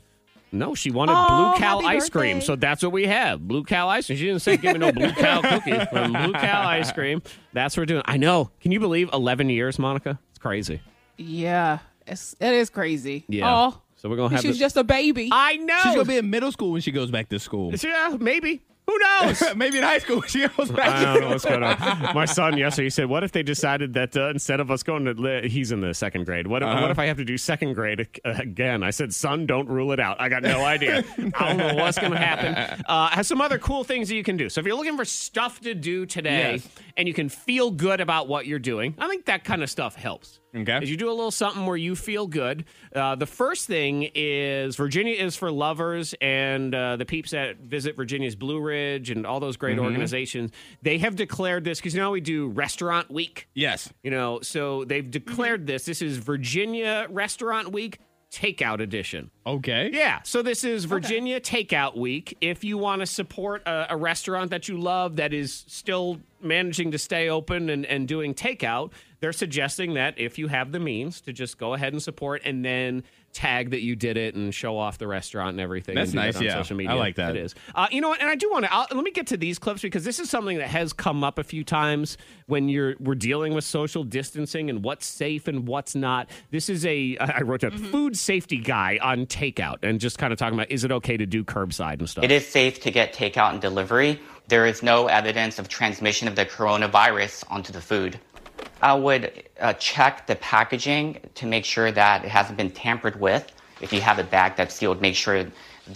S1: No, she wanted
S5: Oh,
S1: blue cow
S5: happy
S1: ice cream,
S5: birthday.
S1: so that's what we have. Blue cow ice cream. She didn't say give me no blue cow cookies, but blue cow ice cream. That's what we're doing. I know. Can you believe 11 years, Monica? It's crazy.
S6: Yeah, It's, it is crazy.
S1: Yeah.
S6: Oh,
S1: So we're gonna have
S6: she was
S1: the-
S6: just a baby.
S1: I know.
S5: She's gonna be in middle school when she goes back to school.
S1: yeah, maybe. Who knows?
S5: Maybe in high school when she goes back.
S1: I don't know what's going on. My son yesterday he said, "What if they decided that uh, instead of us going to li- he's in the second grade? What,
S5: Uh-huh.
S1: what if I have to do second grade ac- again?" I said, "Son, don't rule it out. I got no idea. I don't know what's going to happen." Uh, has some other cool things that you can do. So if you're looking for stuff to do today
S5: Yes.
S1: and you can feel good about what you're doing, I think that kind of stuff helps.
S5: Okay.
S1: As you do a little something where you feel good. Uh, the first thing is Virginia is for lovers, and uh, the peeps that visit Virginia's Blue Ridge and all those great organizations, they have declared this because now we do Restaurant Week.
S5: Yes.
S1: You know, so they've declared this. This is Virginia Restaurant Week Takeout Edition.
S5: Okay.
S1: Yeah. So this is Virginia Takeout Week. If you want to support a, a restaurant that you love that is still managing to stay open and, and doing takeout, they're suggesting that if you have the means to just go ahead and support and then tag that you did it and show off the restaurant and everything.
S5: That's
S1: and do
S5: nice,
S1: that on
S5: yeah.
S1: Social
S5: I
S1: media.
S5: like that.
S1: It is. Uh, you know what? And I do want to let me get to these clips because this is something that has come up a few times when you're we're dealing with social distancing and what's safe and what's not. This is a I I wrote down
S12: Mm-hmm.
S1: food safety guy on takeout and just kind of talking about is it okay to do curbside and stuff.
S12: It is safe to get takeout and delivery. There is no evidence of transmission of the coronavirus onto the food. I would uh, check the packaging to make sure that it hasn't been tampered with. If you have a bag that's sealed, make sure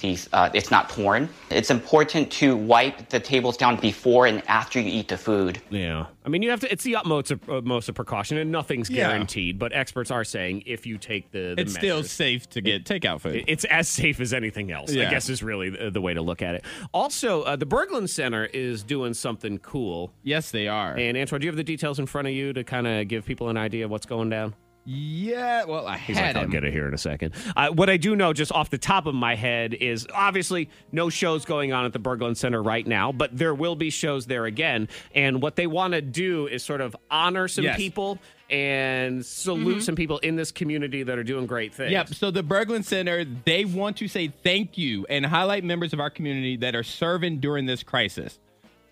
S12: these, uh, it's not torn. It's important to wipe the tables down before and after you eat the food.
S1: Yeah. I mean, you have to. It's the utmost of, utmost of precaution, and nothing's
S5: Yeah.
S1: guaranteed. But experts are saying if you take the, the
S5: It's still
S1: measures-
S5: safe to get takeout food.
S1: It- It's as safe as anything else, I
S5: Yeah.
S1: guess, is really the, the way to look at it. Also, uh, the Berglund Center is doing something cool.
S5: yes, they are.
S1: And Antoine, do you have the details in front of you to kind of give people an idea of what's going down?
S5: yeah. Well, I
S1: He's
S5: had
S1: like, I'll
S5: him.
S1: get it here in a second. Uh, what I do know, just off the top of my head, is obviously no shows going on at the Berglund Center right now, but there will be shows there again. And what they want to do is sort of honor some
S5: Yes.
S1: people and salute some people in this community that are doing great things.
S5: Yep. So the Berglund Center, they want to say thank you and highlight members of our community that are serving during this crisis.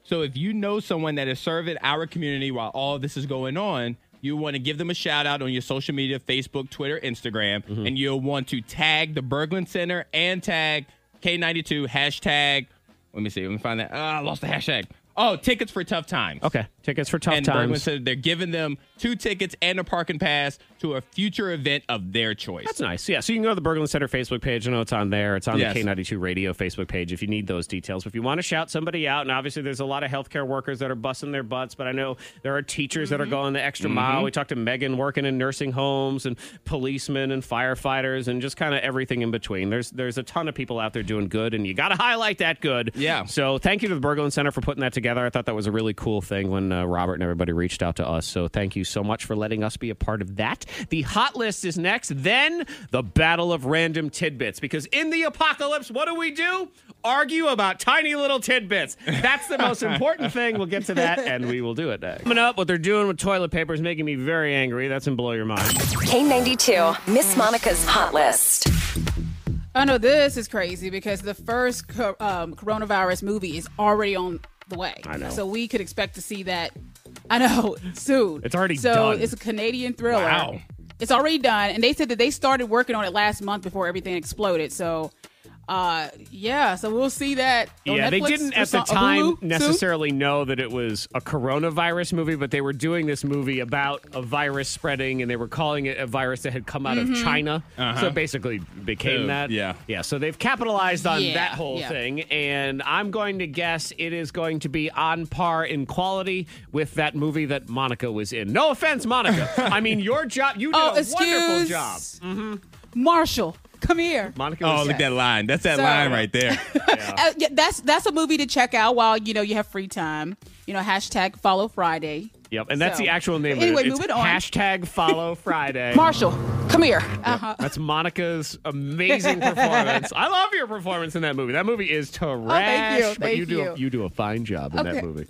S5: So if you know someone that is serving our community while all this is going on, you want to give them a shout out on your social media Facebook, Twitter, Instagram,
S1: Mm-hmm.
S5: and you'll want to tag the Berglund Center and tag K92 hashtag. Let me see. Let me find that. Ah, I lost the hashtag. Oh, tickets for tough times
S1: Okay. Tickets for tough
S5: and Berglund
S1: times.
S5: said they're giving them two tickets and a parking pass to a future event of their choice.
S1: That's nice. Yeah. So you can go to the Berglund Center Facebook page. I know it's on there. It's on
S5: Yes.
S1: the K92 radio Facebook page if you need those details. If you want to shout somebody out, and obviously there's a lot of healthcare workers that are busting their butts, but I know there are teachers that are going the extra mile. We talked to Megan working in nursing homes and policemen and firefighters and just kind of everything in between. There's there's a ton of people out there doing good, and you got to highlight that good.
S5: Yeah.
S1: So thank you to the Berglund Center for putting that together. I thought that was a really cool thing when uh, Robert and everybody reached out to us. So thank you so much for letting us be a part of that. The hot list is next. Then the battle of random tidbits. Because in the apocalypse, what do we do? Argue about tiny little tidbits. That's the most important thing. We'll get to that, and we will do it next. Coming up, what they're doing with toilet paper is making me very angry. That's in blow your mind.
S2: K92, Miss Monica's Hot List.
S6: I know this is crazy because the first co- um, coronavirus movie is already on the way.
S1: I know.
S6: So we could expect to see that. I know soon.
S1: It's already
S6: so
S1: done.
S6: it's a Canadian thriller.
S5: Wow.
S6: It's already done, and they said that they started working on it last month before everything exploded. So. Uh yeah, so we'll see that. on
S1: Yeah, they
S6: Netflix
S1: didn't
S6: or
S1: at the
S6: some- or
S1: time
S6: Hulu soon.
S1: necessarily know that it was a coronavirus movie, but they were doing this movie about a virus spreading, and they were calling it a virus that had come out
S6: Mm-hmm.
S1: of China.
S6: Uh-huh.
S1: So it basically became
S5: Oh,
S1: that.
S5: yeah.
S1: Yeah. So they've capitalized on
S6: Yeah,
S1: that whole
S6: yeah.
S1: thing, and I'm going to guess it is going to be on par in quality with that movie that Monica was in. No offense, Monica. I mean, your job, you did
S6: Oh,
S1: a wonderful
S6: excuse-
S1: job.
S6: Marshall, come here.
S1: Monica
S5: Oh,
S1: was
S5: look at that line. That's that
S6: So-
S5: line right there.
S6: Uh, yeah, that's that's a movie to check out while you know you have free time. You know, hashtag follow Friday.
S1: Yep, and that's
S6: So-
S1: the actual name.
S6: Anyway,
S1: of it. It's
S6: moving on.
S1: Hashtag Follow Friday.
S6: Marshall, come here. Uh-huh.
S1: That's Monica's amazing performance. I love your performance in that movie. That movie is trash.
S6: Oh, you,
S1: But
S6: thank
S1: you do a,
S6: you.
S1: you do a fine job in that
S6: Okay.
S1: movie.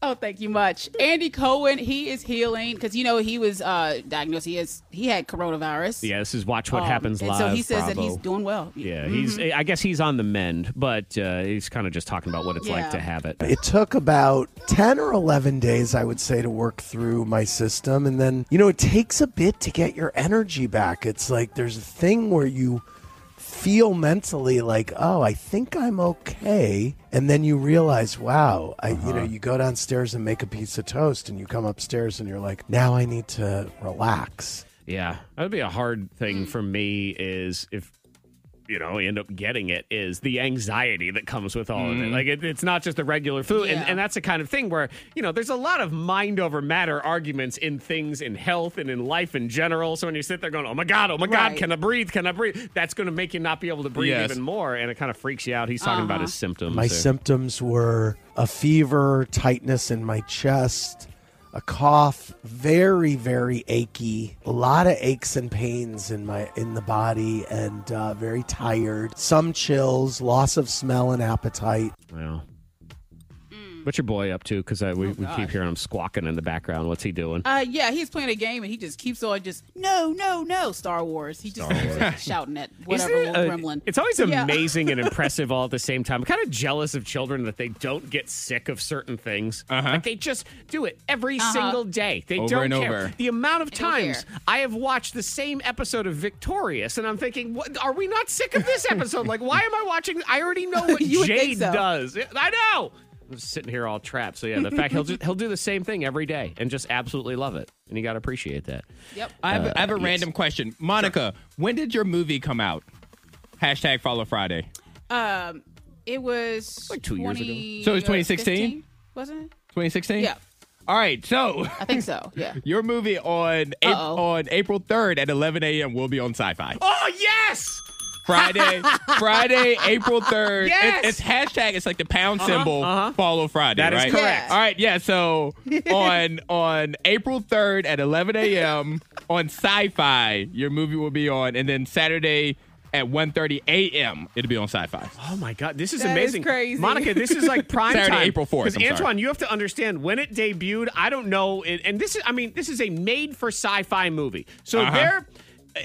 S6: Oh, thank you much. Andy Cohen, he is healing because you know he was uh, diagnosed. He is he had coronavirus.
S1: Yeah, this is Watch What
S6: Um,
S1: Happens
S6: and
S1: Live.
S6: So he says that
S1: Bravo.
S6: he's doing Mm-hmm. well.
S1: Yeah, he's. I guess he's on the mend, but uh, he's kind of just talking about what it's like
S6: Yeah.
S1: to have it.
S13: It took about 10 or 11 days, I would say, to work through my system. And then, you know, it takes a bit to get your energy back. It's like there's a thing where you feel mentally like, oh, I think I'm okay. And then you realize, wow, I, you know, you go downstairs and make a piece of toast and you come upstairs and you're like, now I need to relax.
S1: Yeah, that would be a hard thing
S14: Mm.
S1: for me. Is if you know you end up getting it is the anxiety that comes with all of it.
S14: Mhm.
S1: Like it, it's not just the regular food,
S14: Yeah.
S1: and, and that's the kind of thing where you know there's a lot of mind over matter arguments in things in health and in life in general. So when you sit there going, "Oh my god, oh my god,
S14: Right.
S1: can I breathe? Can I breathe?" That's going to make you not be able to breathe
S14: Yes.
S1: even more, and it kind of freaks you out. He's talking about
S14: Uh-huh.
S1: his symptoms.
S13: My
S1: or-
S13: symptoms were a fever, tightness in my chest, a cough, very very achy, a lot of aches and pains in my in the body, and uh, very tired. Some chills, loss of smell and appetite.
S1: Wow.
S14: Mm.
S1: What's your boy up to? Because
S14: Oh,
S1: we, we keep
S6: gosh.
S1: hearing him squawking in the background. What's he doing?
S6: Uh, yeah, he's playing a game and he just keeps on just no, no, no Star Wars. He just keeps like, shouting at whatever
S1: Isn't it,
S6: little
S1: uh,
S6: gremlin.
S1: It's always
S6: So, yeah.
S1: amazing and impressive all at the same time. I'm kind of jealous of children that they don't get sick of certain things. Like they just do it every
S14: Uh-huh.
S1: single day. They
S14: Over
S1: don't
S14: and
S1: care.
S14: over.
S1: The amount of
S14: don't
S1: times I have watched the same episode of Victorious, and I'm thinking, what, are we not sick of this episode? like, why am I watching? I already know what
S14: You would think
S1: Jade
S14: so.
S1: does. Yeah, I know. I'm just sitting here all trapped. So yeah, the fact he'll just, he'll do the same thing every day and just absolutely love it, and you got to appreciate that.
S6: Yep.
S5: I have, I have a
S1: Uh, yes.
S5: random question. Monica, when did your movie come out? Hashtag Follow Friday.
S6: Um, it was like
S5: two years ago.
S6: 20,
S5: So it was 2016?
S6: 15, wasn't it?
S5: 2016?
S6: Yeah.
S5: All right, so
S6: I think so. Yeah.
S5: your movie on April, on April 3rd at 11 a.m. will be on Sci-Fi.
S1: Oh yes.
S5: Friday, Friday, April 3rd.
S14: Yes!
S5: It's, it's hashtag, it's like the pound
S14: Uh-huh,
S5: symbol, Follow Friday,
S14: That is
S5: right?
S14: correct. Yeah.
S5: All right, yeah, so on on April 3rd at 11 a.m. on Sci-Fi, your movie will be on, and then Saturday at 1.30 a.m., it'll be on Sci-Fi.
S1: Oh my God, this is
S5: That is
S1: amazing,
S5: crazy.
S1: Monica. This is like prime
S5: Saturday,
S1: time,
S5: April 4th,
S1: Because
S5: I'm sorry.
S1: Antoine, you have to understand when it debuted. I don't know, and and this is—I mean, this is a made-for sci-fi movie, so
S14: Uh-huh.
S1: their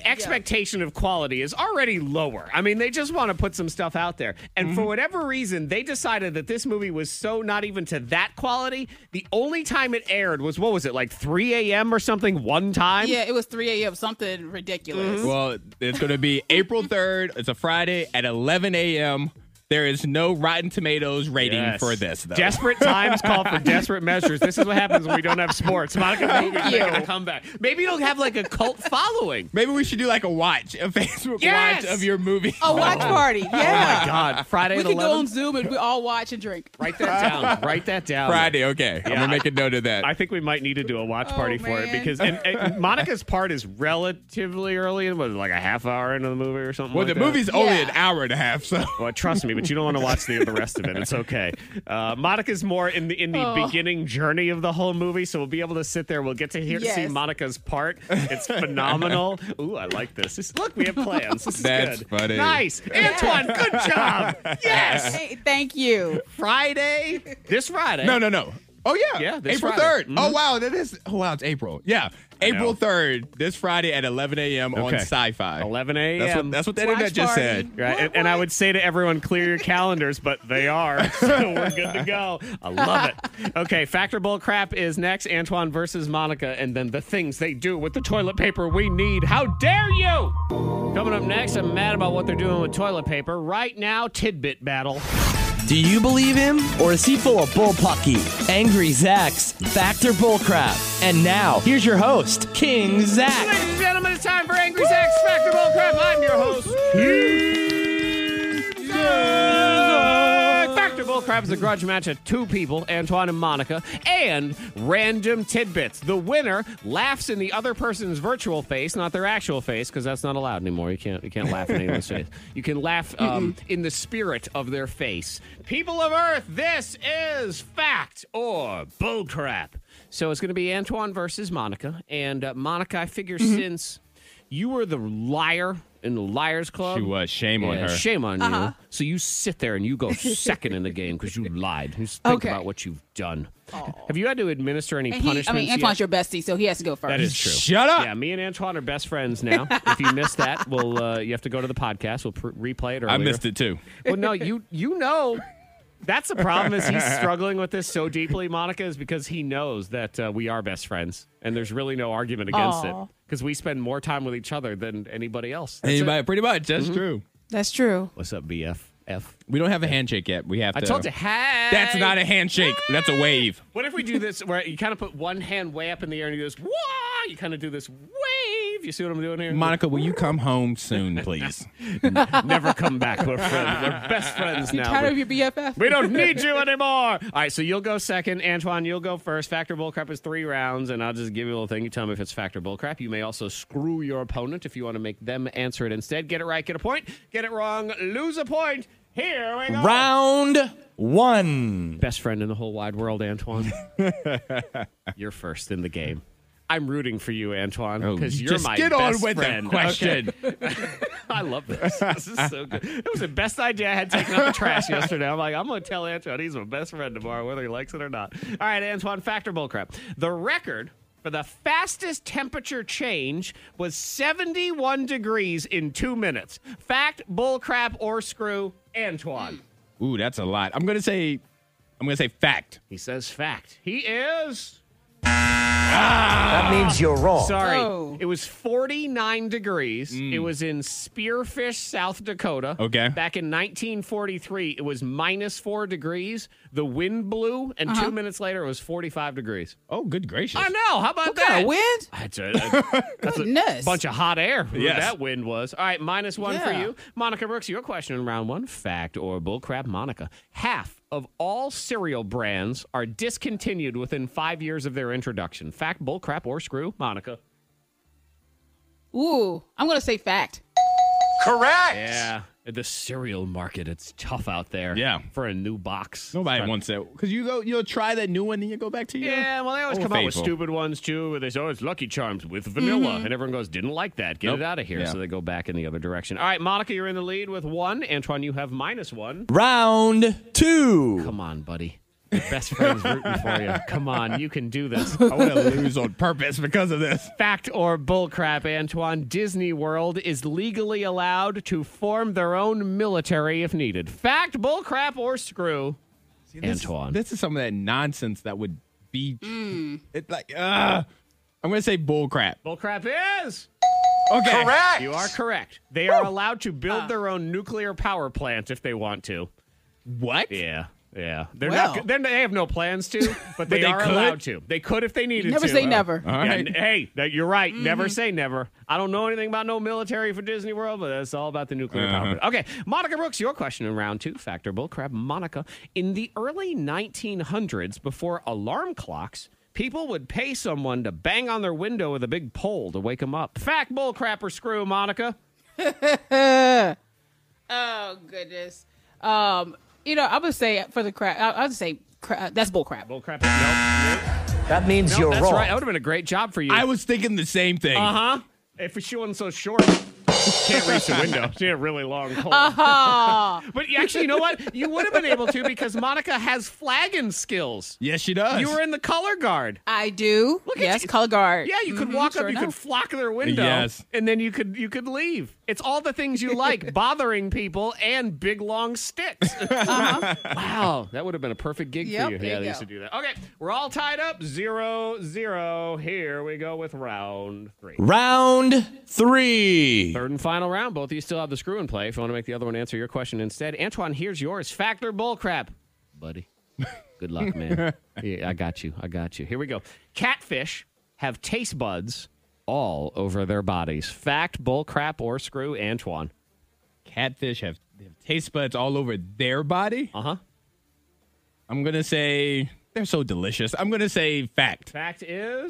S1: expectation of quality is already lower. I mean, they just want to put some stuff out there, and
S5: Mm-hmm.
S1: for whatever reason, they decided that this movie was so not even to that quality. The only time it aired was what was it, like 3 a.m. or something, one time.
S6: yeah, it was 3 a.m. Something ridiculous.
S1: Mm-hmm.
S5: Well, it's going to be April 3rd. It's a Friday at 11 a.m. There is no Rotten Tomatoes rating
S1: Yes.
S5: for this, though.
S1: Desperate times call for desperate measures. This is what happens when we don't have sports. Monica Movies
S5: Thank
S1: making a
S5: you.
S1: comeback. Maybe it'll have like a cult following.
S5: Maybe we should do like a watch, a Facebook
S1: Yes!
S5: watch of your movie.
S14: Oh.
S6: A Oh, watch party. Yeah.
S1: Oh my God. Friday
S6: we
S1: the
S6: could go on
S1: 11th.
S6: Zoom and we all watch and drink.
S1: Write that down. Write that down.
S5: Friday, okay. I'm
S1: Yeah.
S5: going to make a note of that.
S1: I think we might need to do a watch
S6: Oh,
S1: party for it
S6: man.
S1: because and, and Monica's part is relatively early. It was like a half hour into the movie or something.
S5: Well,
S1: like
S5: the
S1: that.
S5: movie's only an hour and a half, so.
S1: Well, trust me, but you don't want to watch the, the rest of it. It's okay. Uh, Monica's more in the in the
S14: Oh.
S1: beginning journey of the whole movie, so we'll be able to sit there. We'll get to hear see
S14: Yes.
S1: Monica's part. It's phenomenal. Ooh, I like this. this. Look, we have plans. This is
S5: That's
S1: good.
S5: funny.
S1: Nice, Antoine. Good job. Yes.
S6: Hey, thank you.
S1: Friday. This Friday.
S5: No, no, no. Oh, yeah.
S1: Yeah, this
S5: April
S1: Friday.
S5: 3rd. Oh,
S1: Mhm.
S5: wow. That is. Oh, wow. It's April. Yeah.
S1: I know.
S5: April 3rd, this Friday at 11 a.m. on
S1: Okay.
S5: sci fi.
S1: 11 a.m.
S5: That's what, that's what the internet just said.
S1: Right, And, and I would say to everyone, clear your calendars, but they are, so we're good to go. I love it. Okay, Factor Bull Crap is next. Antoine versus Monica, and then the things they do with the toilet paper we need. How dare you! Coming up next, I'm mad about what they're doing with toilet paper. Right now, tidbit battle.
S15: Do you believe him, or is he full of bullpucky? Angry Zach's Factor Bullcrap. And now, here's your host, King Zach.
S1: Ladies and gentlemen, it's time for Angry Zach's Factor Bull Crap. I'm your host, King Zach. Factor Bull Crap is a grudge match of two people, Antoine and Monica, and random tidbits. The winner laughs in the other person's virtual face, not their actual face, because that's not allowed anymore. You can't you can't laugh in anyone's face. You can laugh um, in the spirit of their face. People of Earth, this is fact or bullcrap. So it's going to be Antoine versus Monica. And uh, Monica, I figure since you were the liar in the Liars Club.
S5: She was. Shame on
S1: Yeah,
S5: her.
S1: Shame on
S6: Uh-huh.
S1: you. So you sit there and you go second in the game because you lied. You just think
S6: Okay.
S1: about what you've done. Have you had to administer any
S6: And he,
S1: punishments?
S6: I mean,
S1: yet?
S6: Antoine's your bestie, so he has to go first.
S1: That is true.
S5: Shut up.
S1: Yeah, me and Antoine are best friends now. if you missed that, we'll uh, you have to go to the podcast. We'll pr- replay it. Earlier.
S5: I missed it too.
S1: Well, no, you you know. That's the problem is he's struggling with this so deeply, Monica, is because he knows that uh, we are best friends, and there's really no argument against
S6: Aw.
S1: it because we spend more time with each other than anybody else. That's Mm-hmm. it.
S5: Anybody, pretty much. That's true.
S6: That's true.
S1: What's up, BF? F.
S5: We don't have a handshake yet. We have
S1: I
S5: to.
S1: told you, hey.
S5: That's not a handshake. That's a wave.
S1: What if we do this where you kind of put one hand way up in the air and you do this, wah? You kind of do this wave. You see what I'm doing here?
S5: Monica, will you come home soon, please?
S1: Never come back. We're friends. We're best friends now.
S6: Tired
S1: We-
S6: of your BFF?
S1: we don't need you anymore. All right, so you'll go second. Antoine, you'll go first. Factor bullcrap is three rounds, and I'll just give you a little thing. You tell me if it's factor bullcrap. You may also screw your opponent if you want to make them answer it instead. Get it right, get a point. Get it wrong, lose a point. Here we go.
S15: Round one.
S1: Best friend in the whole wide world, Antoine. you're first in the game. I'm rooting for you, Antoine,
S5: Oh,
S1: because
S5: you
S1: you're
S5: just
S1: my
S5: get on
S1: best
S5: with the
S1: friend.
S5: question.
S1: Okay. I love this. This is so good. It was the best idea I had taken out the trash yesterday. I'm like, I'm going to tell Antoine he's my best friend tomorrow, whether he likes it or not. All right, Antoine, factor bullcrap. The record for the fastest temperature change was 71 degrees in two minutes. Fact, bullcrap, or screw, Antoine.
S5: Ooh, that's a lot. I'm gonna say, I'm gonna say fact.
S1: He says fact. He is.
S8: That means you're wrong.
S1: Sorry.
S6: Oh.
S1: It was 49 degrees. It was in Spearfish, South Dakota.
S5: Mm. Okay.
S1: Back in 1943, it was minus four degrees. The wind blew, and
S6: Uh-huh.
S1: two minutes later, it was 45 degrees.
S5: Oh, good gracious.
S1: I know. How about that?
S6: Got a wind?
S1: That's a, a
S6: Goodness.
S1: bunch of hot air.
S5: Yes.
S1: That wind was. All right, minus one for
S6: Yeah.
S1: you. Monica Brooks, your question in round one fact or bullcrap, Monica. Half of all cereal brands are discontinued within five years of their introduction. Fact, bullcrap, or screw, Monica.
S6: Ooh, I'm gonna say fact.
S4: Correct.
S1: Yeah. The cereal market, it's tough out there.
S5: Yeah.
S1: For a new box.
S5: Nobody wants that because you go, you'll try that new one, and you go back to your.
S1: Yeah, well, they always
S5: Old
S1: come out with
S5: Faithful.
S1: stupid ones too, where they say, "Oh, it's Lucky Charms with vanilla," and everyone goes, "Didn't like that. Get
S5: Nope.
S1: it out of here."
S5: Yeah.
S1: So they go back in the other direction. All right, Monica, you're in the lead with one. Antoine, you have minus one.
S15: Round two.
S1: Come on, buddy. Your best friend's rooting for you. Come on, you can do this.
S5: I want to lose on purpose because of this.
S1: Fact or bullcrap, Antoine? Disney World is legally allowed to form their own military if needed. Fact, bullcrap, or screw?
S5: This-
S1: Antoine.
S5: This is some of that nonsense that would be.
S1: Hmm.
S5: It's like, uh, I'm gonna say bull crap.
S1: Bullcrap is.
S5: Okay.
S4: Correct.
S1: You are correct. They are allowed to build their own nuclear power plant if they want to.
S5: What?
S1: Yeah. Yeah, they're
S6: Well.
S1: not. They're, they have no plans to, but they,
S5: they
S1: are
S5: could?
S1: allowed to. They could if they needed
S6: Never
S1: to.
S6: say never.
S5: All
S1: Yeah,
S5: right.
S1: n- hey, that- you're right. Never say never. I don't know anything about no military for Disney World, but that's all about the nuclear power. plant. Okay, Monica Brooks, your question in round two. Factor bullcrap, Monica. In the early 1900s, before alarm clocks, people would pay someone to bang on their window with a big pole to wake them up. Fact, bullcrap, or screw, Monica.
S6: Oh goodness. Um, you know, I'm gonna say for the crap. I'll, I'll just say cra- uh, that's bull crap.
S1: Bullcrap. Oh, Nope.
S8: That means
S1: Nope,
S8: you're
S1: that's
S8: wrong.
S1: right. That would have been a great job for you.
S5: I was thinking the same thing.
S1: Uh huh. If she wasn't so short, can't reach the window. She had a really long pole. but you actually, you know what? You would have been able to because Monica has flagging skills.
S5: Yes, she does.
S1: You were in the color guard.
S6: I do.
S1: Look at
S6: yes,
S1: you.
S6: color guard.
S1: Yeah, you could
S6: Mhm,
S1: walk up,
S6: sure
S1: you could
S6: enough.
S1: flock their window,
S5: Yes.
S1: and then you could you could leave. It's all the things you like: bothering people and big long sticks. Wow, that would have been a perfect gig
S6: Uh-huh. Yep,
S1: for you.
S6: there
S1: yeah,
S6: you
S1: they
S6: go.
S1: used to do that. Okay, we're all tied up, zero zero. Here we go with round three.
S15: Round three.
S1: Third and final round. Both of you still have the screw in play. If you want to make the other one answer your question instead, Antoine, here's yours. Factor bullcrap, buddy. Good luck, man. yeah, I got you. I got you. Here we go. Catfish have taste buds all over their bodies. Fact, bullcrap, or screw, Antoine.
S5: Catfish have, they have taste buds all over their body.
S1: Uh huh.
S5: I'm gonna say they're so delicious. I'm gonna say fact.
S1: Fact is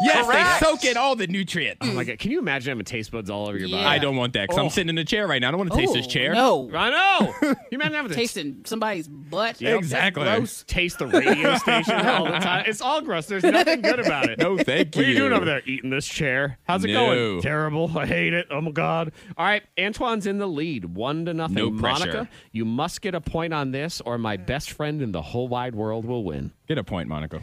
S5: Yes,
S1: Correct.
S5: they soak in all the nutrients.
S1: Oh my god! Can you imagine having taste buds all over your body?
S5: I don't want that because
S1: Oh.
S5: I'm sitting in a chair right now. I don't want to taste this
S1: Oh,
S5: chair.
S6: no.
S1: I know. You imagine having to
S6: Tasting somebody's butt.
S5: Yeah, exactly.
S6: Gross.
S1: taste the radio station all the time. It's all gross. There's nothing good about it.
S5: No, thank
S1: What are you
S5: you.
S1: doing over there? Eating this chair? How's it
S5: No.
S1: going? Terrible. I hate it. Oh my god. All right, Antoine's in the lead, one to nothing.
S5: No pressure.
S1: Monica, you must get a point on this, or my best friend in the whole wide world will win.
S5: Get a point, Monaco.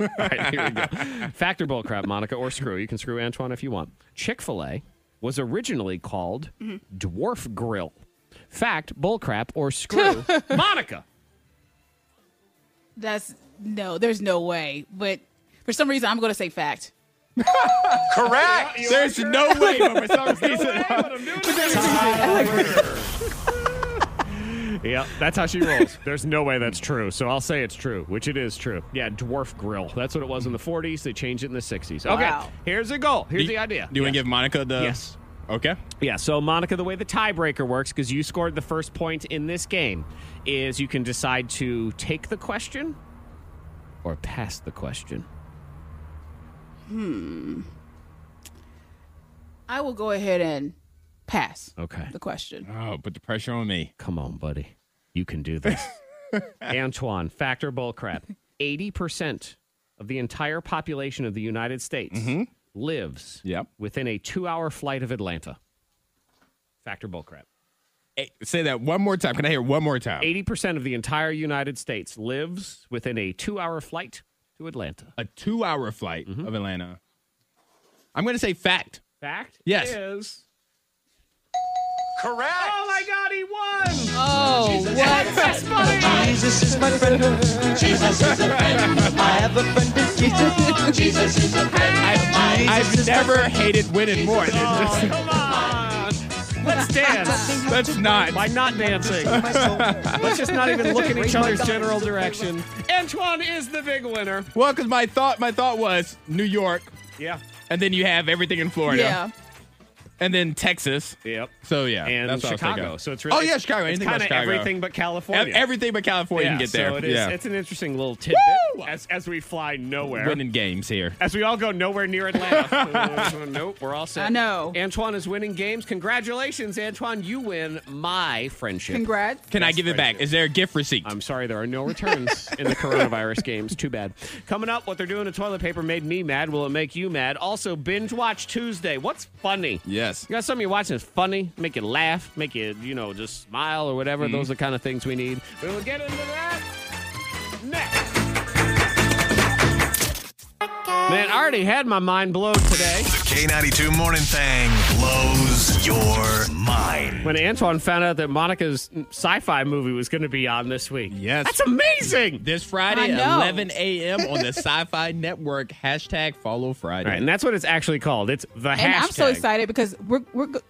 S1: All right, here we go. Factor bull crap, Monica, or screw. You can screw Antoine if you want. Chick fil A was originally called Dwarf Grill. Fact, bull crap, or screw. Monica.
S6: That's no. There's no way. But for some reason, I'm going to say fact.
S5: Correct. There's no way, but for some reason.
S1: Yeah, that's how she rolls. There's no way that's true. So I'll say it's true, which it is true. Yeah, Dwarf Grill. That's what it was in the 40s. They changed it in the 60s. Okay,
S6: Wow.
S1: here's the goal. Here's
S5: Do you-
S1: the idea.
S5: Do you want to give Monica the?
S1: Yes.
S5: Okay.
S1: Yeah, so Monica, the way the tiebreaker works, because you scored the first point in this game, is you can decide to take the question or pass the question.
S6: I will go ahead and pass
S1: Okay.
S6: the question.
S5: Oh, put the pressure on me.
S1: Come on, buddy. You can do this. Antoine, factor bull crap. 80% of the entire population of the United States lives
S5: Mm-hmm. Yep.
S1: within a two hour flight of Atlanta. Factor bull crap.
S5: Hey, say that one more time. Can I hear one more time?
S1: 80% of the entire United States lives within a two hour flight to Atlanta.
S5: A two-hour flight
S1: Mm-hmm.
S5: of Atlanta. I'm going to say fact.
S1: Fact
S5: Yes.
S1: is.
S8: Correct.
S1: Oh my God, he won!
S6: Oh, what?
S8: Jesus is my friend. Jesus is a friend. I have a friend in Jesus. Jesus is a friend. I,
S5: I've never hated winning more.
S1: Oh, come on! Let's dance!
S5: That's not.
S1: By not dancing. Let's just not even look in each other's general direction. Antoine is the big winner.
S5: Well, because my thought, my thought was New York,
S1: Yeah.
S5: and then you have everything in Florida,
S6: Yeah.
S5: and then Texas.
S1: Yep.
S5: So yeah,
S1: and
S5: that's what I was thinking.
S1: Chicago. So it's really
S5: oh yeah, Chicago.
S1: It's
S5: Anything
S1: kind
S5: about
S1: of
S5: Chicago.
S1: everything but
S5: Ev-
S1: California.
S5: Everything but California
S1: yeah,
S5: you can get there.
S1: So it is,
S5: yeah.
S1: It's an interesting little tidbit
S5: Woo!
S1: as, as we fly nowhere.
S5: winning games here.
S1: As we all go nowhere near Atlanta. Uh, nope, we're all set.
S6: I know.
S1: Antoine is winning games. Congratulations, Antoine. You win my friendship.
S6: Congrats.
S5: Can I give it back? Is there a gift receipt?
S1: I'm sorry, there are no returns in the coronavirus games. Too bad. Coming up, what they're doing to toilet paper made me mad. Will it make you mad? Also, binge watch Tuesday. What's funny?
S5: yes.
S1: You got something you're watching that's funny, make you laugh, make you, you know, just smile or whatever.
S5: Mm-hmm.
S1: Those are the kind of things we need. We'll get into that next. Man, I already had my mind blown today.
S14: K92 Morning Thang blows your mind.
S1: When Antoine found out that Monica's sci fi movie was going to be on this week.
S5: Yes.
S1: That's amazing.
S5: This Friday,
S6: I know.
S5: 11 a.m. on the Sci-Fi Network. Hashtag Follow Friday.
S1: All right, and that's what it's actually called. It's the hashtag.
S6: And I'm so excited because we're we're go-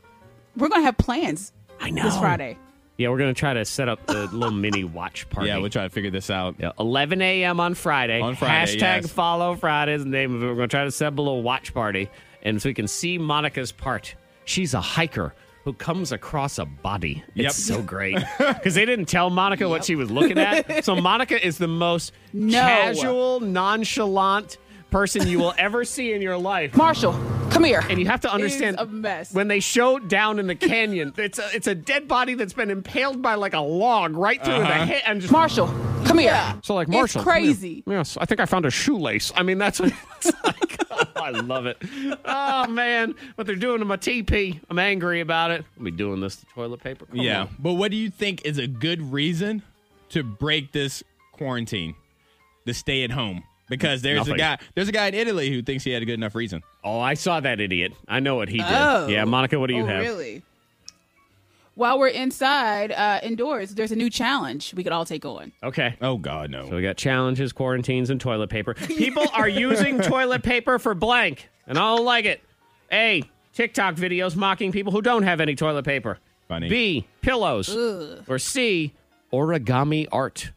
S6: we're gonna have plans
S1: I know.
S6: this Friday.
S1: Yeah, we're going to try to set up the little mini watch party.
S5: Yeah, we'll try to figure this out.
S1: Yeah, 11 a.m. on Friday.
S5: On Friday,
S1: Hashtag
S5: yes.
S1: follow Friday is the name of it. We're going to try to set up a little watch party. And so we can see Monica's part. She's a hiker who comes across a body. It's
S5: Yep.
S1: so great. Because they didn't tell Monica what she was looking at. So Monica is the most
S6: No.
S1: casual, nonchalant person you will ever see in your life.
S6: Marshall, come here.
S1: And you have to understand
S6: a mess.
S1: when they show down in the canyon, it's a, it's a dead body that's been impaled by like a log right through the head and just
S6: Marshall, come here.
S1: so like
S6: It's
S1: Marshall, come here.
S6: crazy.
S1: Yes, I think I found a shoelace. I mean, that's what it's like. Oh, I love it. Oh man, what they're doing to my TP. I'm angry about it. I'll be doing this to toilet paper. Come
S5: yeah.
S1: on.
S5: But what do you think is a good reason to break this quarantine, the stay at home? Because there's
S1: Nothing.
S5: a guy, there's a guy in Italy who thinks he had a good enough reason.
S1: Oh, I saw that idiot. I know what he did.
S6: Oh.
S1: Yeah, Monica, what do you
S6: oh,
S1: have?
S6: Really? While we're inside, uh, indoors, there's a new challenge we could all take on.
S1: Okay.
S5: Oh God, no.
S1: So we got challenges, quarantines, and toilet paper. People are using toilet paper for blank, and I don't like it. A. TikTok videos mocking people who don't have any toilet paper.
S5: Funny.
S1: B. Pillows. Or C. Origami art.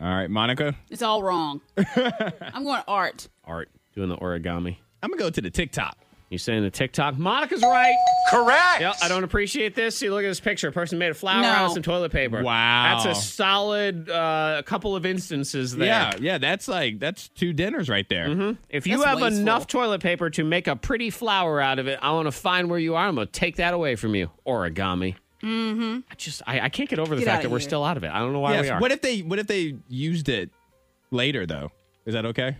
S5: All right, Monica.
S6: It's all wrong. I'm going art.
S1: Art doing the origami.
S5: I'm gonna go to the TikTok.
S1: You saying a TikTok? Monica's right.
S16: Correct.
S1: Yep, I don't appreciate this. See, look at this picture. A person made a flower
S5: No.
S1: out of some toilet paper.
S5: Wow.
S1: That's a solid uh, couple of instances there.
S5: Yeah, yeah, that's like that's two dinners right there.
S1: If you
S5: That's
S1: have
S5: wasteful.
S1: enough toilet paper to make a pretty flower out of it, I want to find where you are. I'm going to take that away from you. Origami.
S6: Mm-hmm.
S1: I just, I, I can't get over the
S6: Get
S1: fact
S6: outta
S1: that we're
S6: here.
S1: still out of it. I don't know why
S5: Yes,
S1: we are.
S5: What if they what if they used it later though? Is that okay?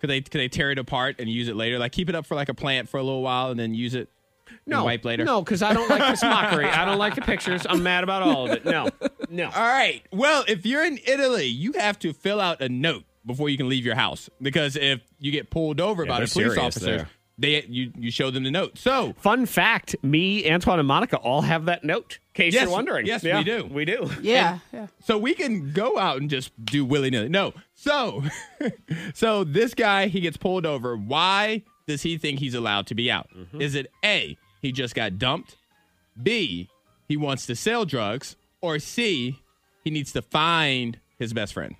S5: Could they could they tear it apart and use it later? Like keep it up for like a plant for a little while and then use it and
S1: no,
S5: wipe later?
S1: No, because I don't like this mockery. I don't like the pictures. I'm mad about all of it. No, no.
S5: All right. Well, if you're in Italy, you have to fill out a note before you can leave your house because if you get pulled over
S1: Yeah,
S5: by
S1: they're
S5: the police
S1: serious
S5: officers,
S1: there.
S5: they you you show them the note. So
S1: fun fact: me, Antoine, and Monica all have that note. In case
S5: Yes,
S1: you're wondering,
S5: yes,
S1: Yeah,
S5: we do.
S1: we do.
S6: Yeah.
S5: So we can go out and just do willy nilly. No. So, so this guy he gets pulled over. Why does he think he's allowed to be out?
S1: Mm-hmm.
S5: Is it A? He just got dumped. B. He wants to sell drugs. Or C. He needs to find his best friend.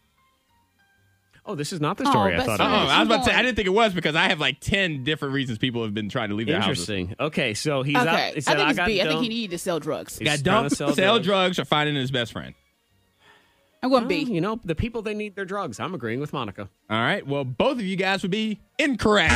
S1: Oh, this is not the story I thought.
S5: Oh,
S1: it was.
S5: I was about to say I didn't think it was because I have like ten different reasons people have been trying to leave their houses.
S1: Interesting. Okay, so he's
S6: okay.
S1: out.
S6: I
S1: He said,
S6: think it's
S1: got
S6: B. I think he
S1: dumped."
S6: needed to sell drugs.
S1: He's
S5: Got
S1: trying to
S5: dumped,
S1: sell
S5: sell,
S1: drugs.
S5: drugs. or finding his best friend.
S6: I'm going B.
S1: You know, the people they need their drugs. I'm agreeing with Monica.
S5: All right. Well, both of you guys would be incorrect.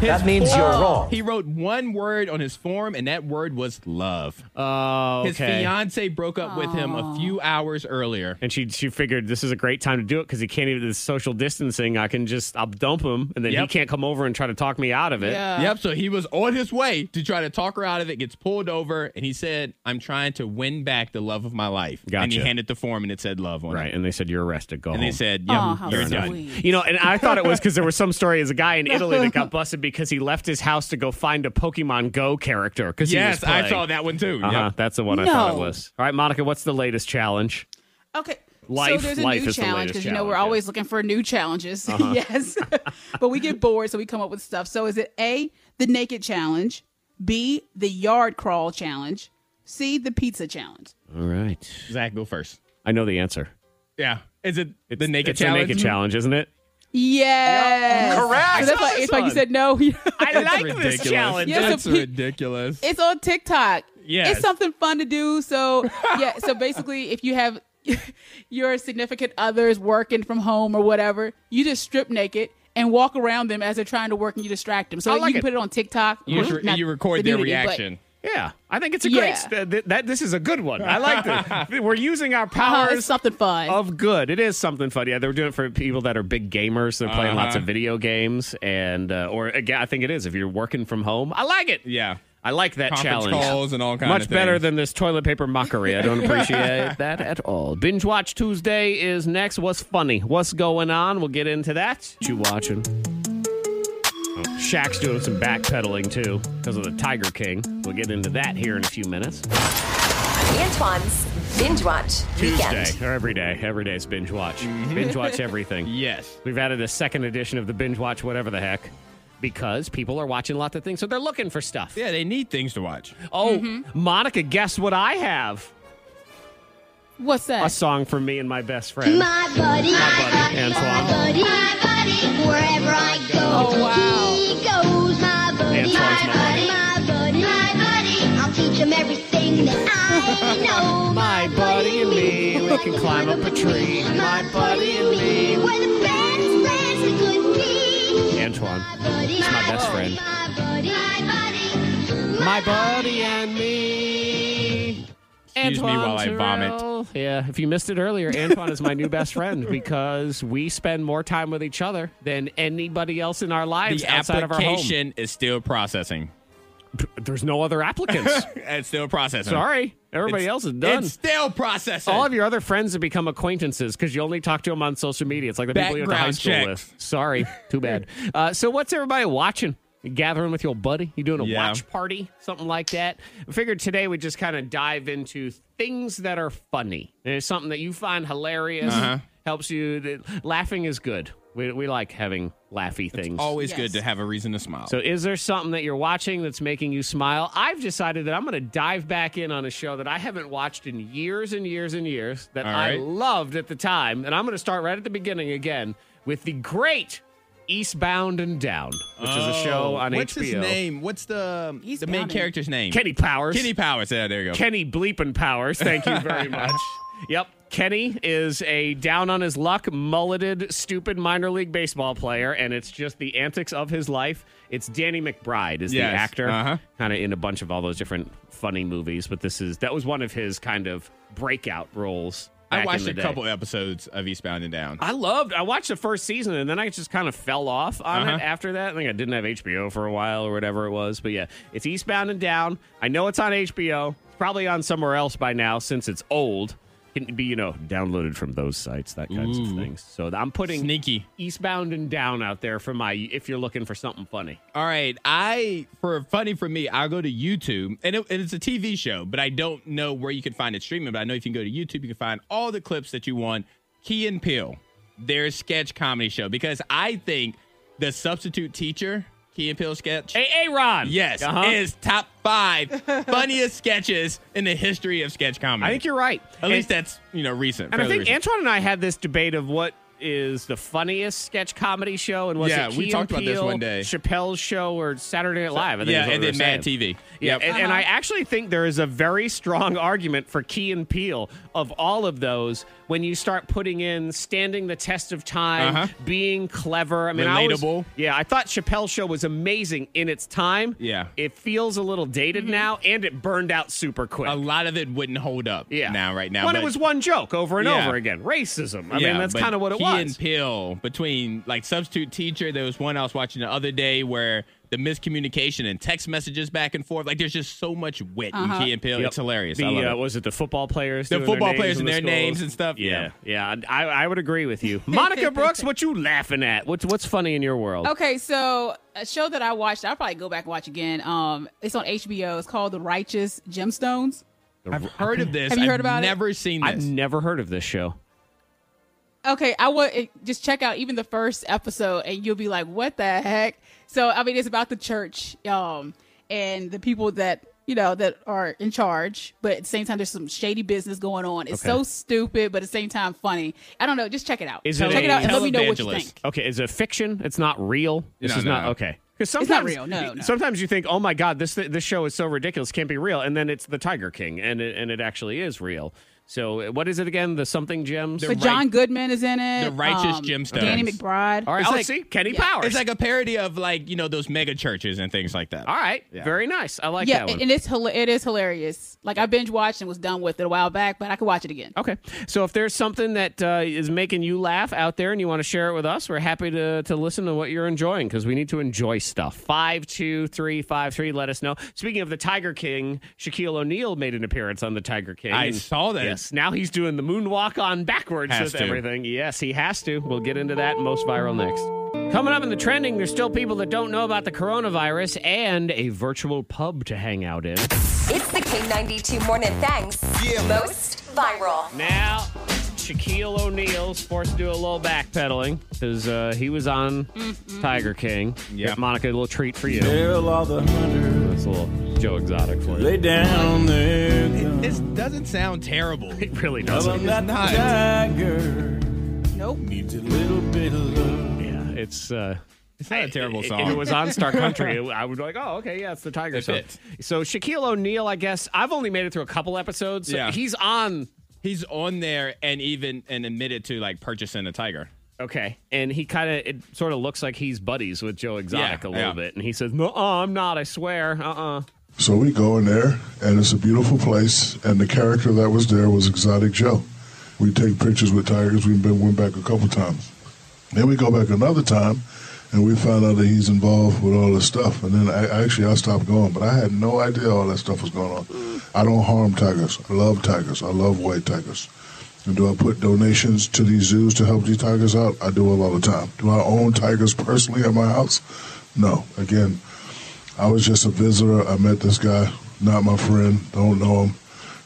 S5: His
S1: means you're
S5: form-
S1: wrong.
S5: He wrote one word on his form, and that word was love.
S1: Oh,
S5: His fiance broke up with him a few hours earlier.
S1: And she she figured this is a great time to do it because he can't even this social distancing. I can just I'll dump him and then he
S5: Yep.
S1: can't come over and try to talk me out of it.
S5: Yep. So he was on his way to try to talk her out of it, gets pulled over, and he said, I'm trying to win back the love of my life. And he
S1: Gotcha.
S5: handed the form, and it said love on
S1: Right, and they said you're arrested. Go
S5: it. And
S1: home.
S5: they said,
S1: "Yep,
S5: yeah, you're done.
S1: You know, and I thought it was because there was some story as a guy in Italy that got busted because he left his house to go find a Pokemon Go character. Because
S5: Yes, I saw that one too.
S1: Uh-huh,
S5: Yep.
S1: That's the one I thought it
S6: No.
S1: was. All right, Monica, what's the latest challenge?
S6: Okay.
S1: Life-
S6: so there's a
S1: life
S6: new
S1: is the
S6: challenge
S1: latest
S6: because you know
S1: challenge,
S6: we're always looking for new challenges.
S1: Uh-huh.
S6: yes. but we get bored, so we come up with stuff. So is it A, the naked challenge, B, the yard crawl challenge, C, the pizza challenge?
S1: All right,
S5: Zach, go first.
S1: I know the answer.
S5: Yeah. Is it the naked
S1: It's a
S5: challenge?
S1: naked challenge, isn't it?
S6: Yes.
S5: Correct.
S6: So
S5: I
S6: that's
S5: saw
S6: why
S5: this
S6: it's like you
S5: one.
S6: said no.
S1: I
S5: That's ridiculous.
S6: Yes, so
S5: That's
S6: pe-
S5: ridiculous.
S6: It's on TikTok.
S5: Yes.
S6: It's something fun to do. So yeah, so basically if you have your significant others working from home or whatever, you just strip naked and walk around them as they're trying to work and you distract them. So
S1: I like
S6: you can
S1: it.
S6: put it on TikTok.
S5: You, just
S6: Mhm.
S5: re-
S6: Not
S5: you record
S6: the
S5: their
S6: nudity, but-
S5: reaction.
S1: Yeah, I think it's a
S6: Yeah.
S1: great. St- th- that this is a good one. I like this. We're using our
S6: Uh-huh,
S1: powers.
S6: it's something fun.
S1: of good. It is something fun. Yeah, they're doing it for people that are big gamers. They're playing lots
S5: Uh-huh.
S1: of video games, and uh, or again, I think it is if you're working from home. I like it.
S5: Yeah.
S1: I like that
S5: Conference
S1: challenge.
S5: calls and all kinda
S1: Much better
S5: things.
S1: than this toilet paper mockery. I don't appreciate that at all. Binge Watch Tuesday is next. What's funny? What's going on? We'll get into that. You watching? Oh, Shaq's doing some backpedaling too because of the Tiger King. We'll get into that here in a few minutes.
S2: Antoine's Binge Watch
S1: Tuesday
S2: Weekend.
S1: or every day. Every day is binge watch.
S5: Mm-hmm.
S1: Binge watch everything.
S5: yes.
S1: We've added a second edition of the binge watch whatever the heck because people are watching lots of things so they're looking for stuff.
S5: Yeah, Mm-hmm. they need things to watch.
S1: Oh, Monica, guess what I have?
S6: What's that?
S1: A song for me and my best friend.
S3: My buddy.
S1: My buddy, Antoine.
S3: buddy, my buddy, wherever I go, he goes. My buddy,
S1: Antoine's
S3: my
S1: my
S3: buddy, Oh, my buddy, my buddy. I'll teach him everything that I know. my buddy and me, we can climb up a tree. My buddy and me, we're the best friends we could be.
S1: Antoine.
S3: Buddy,
S1: He's my best friend.
S3: My buddy, my buddy.
S1: My buddy and me.
S5: Excuse me while I vomit.
S1: Terrell. Yeah, if you missed it earlier, Antoine is my new best friend because we spend more time with each other than anybody else in our lives
S5: The
S1: outside of our home.
S5: application is still processing.
S1: There's no other applicants.
S5: it's still processing.
S1: Sorry. Everybody
S5: It's-
S1: else is done.
S5: It's still processing.
S1: All of your other friends have become acquaintances because you only talk to them on social media. It's like the people you went to high
S5: Background
S1: school
S5: check.
S1: with. Sorry, too bad. Uh, so, what's everybody watching? You gathering with your buddy? You doing a
S5: Yeah.
S1: watch party, something like that? I figured today we just kind of dive into things that are funny. There's something that you find hilarious,
S5: Uh-huh.
S1: helps you. That, laughing is good. We, we like having laughy things.
S5: Always good to have a reason to smile.
S1: So, is there something that you're watching that's making you smile? I've decided that I'm going to dive back in on a show that I haven't watched in years and years and years that
S5: All
S1: I
S5: right.
S1: loved at the time. And I'm going to start right at the beginning again with the great Eastbound and Down, which is a show on
S5: Oh. What's
S1: HBO.
S5: his name? What's the the main
S1: down in-
S5: character's name?
S1: Kenny Powers.
S5: Kenny Powers. Yeah, there you go.
S1: Kenny Bleepin' Powers. Thank you very much. yep. Kenny is a down on his luck, mulleted, stupid minor league baseball player, and it's just the antics of his life. It's Danny McBride is
S5: Yes.
S1: the actor,
S5: Uh-huh.
S1: kind of in a bunch of all those different funny movies. But this is that was one of his kind of breakout roles. back
S5: I
S1: in
S5: watched
S1: the
S5: a
S1: day.
S5: couple episodes of Eastbound and Down.
S1: I loved. I watched the first season, and then I just kind of fell off on
S5: Uh-huh.
S1: it after that. I think I didn't have HBO for a while or whatever it was. But yeah, it's Eastbound and Down. I know it's on HBO. It's probably on somewhere else by now since it's old. Can be you know downloaded from those sites, that kinds of
S5: Ooh.
S1: things. So I'm putting
S5: Sneaky.
S1: Eastbound and Down out there for my if you're looking for something funny.
S5: All right, I for funny for me, I'll go to YouTube, and, it, and it's a TV show, but I don't know where you can find it streaming. But I know if you can go to YouTube, you can find all the clips that you want. Key and Peele, their sketch comedy show, because I think the substitute teacher Key and Peele sketch,
S1: A A Ron,
S5: yes,
S1: Uh-huh.
S5: is top five funniest sketches in the history of sketch comedy.
S1: I think you're right.
S5: At least that's you know recent.
S1: And I
S5: fairly
S1: think
S5: recent.
S1: Antoine and I had this debate of what is the funniest sketch comedy show and was
S5: Yeah,
S1: it Key
S5: we
S1: and
S5: talked about this
S1: Peele,
S5: one day.
S1: Chappelle's show or Saturday Night Live. I think
S5: yeah,
S1: is what
S5: and
S1: we
S5: then
S1: were
S5: Mad
S1: saying.
S5: TV.
S1: Yeah,
S5: Yep. Uh-huh.
S1: and, and I actually think there is a very strong argument for Key and Peele of all of those when you start putting in standing the test of time,
S5: Uh-huh.
S1: being clever. I mean, I was-
S5: Relatable.
S1: yeah, I thought Chappelle's show was amazing in its time.
S5: Yeah.
S1: It feels a little dated now, and it burned out super quick.
S5: a lot of it wouldn't hold up.
S1: yeah.
S5: now right now,
S1: When
S5: but-
S1: it was one joke over and
S5: Yeah.
S1: over again. Racism. I
S5: Yeah,
S1: mean, that's
S5: but
S1: kind of what it
S5: Key
S1: was.
S5: and Pill between like substitute teacher. There was one I was watching the other day where the miscommunication and text messages back and forth. Like there's just so much wit
S1: Uh-huh.
S5: in Key and Pill. It's hilarious.
S1: The,
S5: I love
S1: uh,
S5: it.
S1: Was it the football players?
S5: The
S1: doing
S5: football
S1: names
S5: players
S1: in
S5: and
S1: the
S5: their
S1: schools?
S5: names and stuff,
S1: Yeah, yeah. I, I would agree with you, Monica Brooks. What you laughing at? What's what's funny in your world?
S6: Okay, so a show that I watched, I'll probably go back and watch again. Um, it's on HBO. It's called The Righteous Gemstones.
S5: I've heard of this.
S6: Have you
S5: I've
S6: heard about it?
S5: Never seen
S1: I've
S5: this.
S1: never heard of this show.
S6: Okay, I would just check out even the first episode, and you'll be like, "What the heck?" So, I mean, it's about the church, um, and the people that you know that are in charge, but at the same time, there's some shady business going on. It's
S1: Okay.
S6: so stupid, but at the same time, funny. I don't know. Just check it out.
S1: Is
S6: check
S1: it
S6: it
S1: a
S6: out and let me know what you
S5: televangelist?
S6: think.
S1: Okay, is it fiction? It's not real. This
S5: No,
S1: is not
S5: no.
S1: okay. Because
S6: not
S1: sometimes
S6: real. No, no.
S1: sometimes you think, oh my god, this this show is so ridiculous, can't be real, and then it's the Tiger King, and it, and it actually is real. So what is it again? The something gems.
S6: But John Goodman is in it.
S5: The Righteous
S6: um,
S5: Gemstones.
S6: Danny McBride.
S1: All right,
S5: It's
S1: oh,
S5: like-
S1: see, Kenny
S6: Yeah.
S1: Powers.
S5: It's like a parody of like you know those mega churches and things like that.
S1: all right, very nice. I like
S6: yeah,
S1: that one.
S6: and it's hila- it is hilarious. Like I binge watched and was done with it a while back, but I could watch it again.
S1: Okay. So if there's something that uh, is making you laugh out there and you want to share it with us, we're happy to, to listen to what you're enjoying because we need to enjoy stuff. 52353, let us know. Speaking of the Tiger King, Shaquille O'Neal made an appearance on the Tiger King.
S5: I saw that.
S1: Yes. Now he's doing the moonwalk on backwards
S5: Has
S1: with
S5: to.
S1: everything. Yes, he has to. We'll get into that most viral next. Coming up in the trending, there's still people that don't know about the coronavirus and a virtual pub to hang out in.
S2: It's the K92 Morning Thangs. Most viral.
S1: Now, Shaquille O'Neal's forced to do a little backpedaling because uh, he was on Tiger King.
S5: Yeah.
S1: Monica, a little treat for you.
S8: Tell all the hunters
S1: That's a little Joe Exotic for you.
S8: lay down their
S5: It,
S8: guns.
S5: it doesn't sound terrible.
S1: It really
S8: Tell
S1: doesn't.
S8: 'em that
S5: not.
S8: tiger
S6: Nope.
S8: needs a little bit of love.
S1: Yeah, it's. Uh,
S5: It's not a terrible
S1: if-
S5: song.
S1: If it was on Star Country, it- I would be like, oh, okay, yeah, it's the Tiger
S5: It
S1: song.
S5: fits.
S1: So Shaquille O'Neal, I guess I've only made it through a couple episodes. So
S5: Yeah.
S1: he's on.
S5: He's on there and even and admitted to like purchasing a tiger.
S1: Okay, and he kind of it sort of looks like he's buddies with Joe Exotic a
S5: Yeah,
S1: little
S5: yeah.
S1: bit, and he says, "No, I'm not. I swear." Uh uh
S16: So we go in there, and it's a beautiful place. And the character that was there was Exotic Joe. We take pictures with tigers. We've been went back a couple times. Then we go back another time, and we found out that he's involved with all this stuff. And then I, actually I stopped going, but I had no idea all that stuff was going on. I don't harm tigers. I love tigers. I love white tigers. And do I put donations to these zoos to help these tigers out? I do it all the time. Do I own tigers personally at my house? No. Again, I was just a visitor. I met this guy, not my friend, don't know him,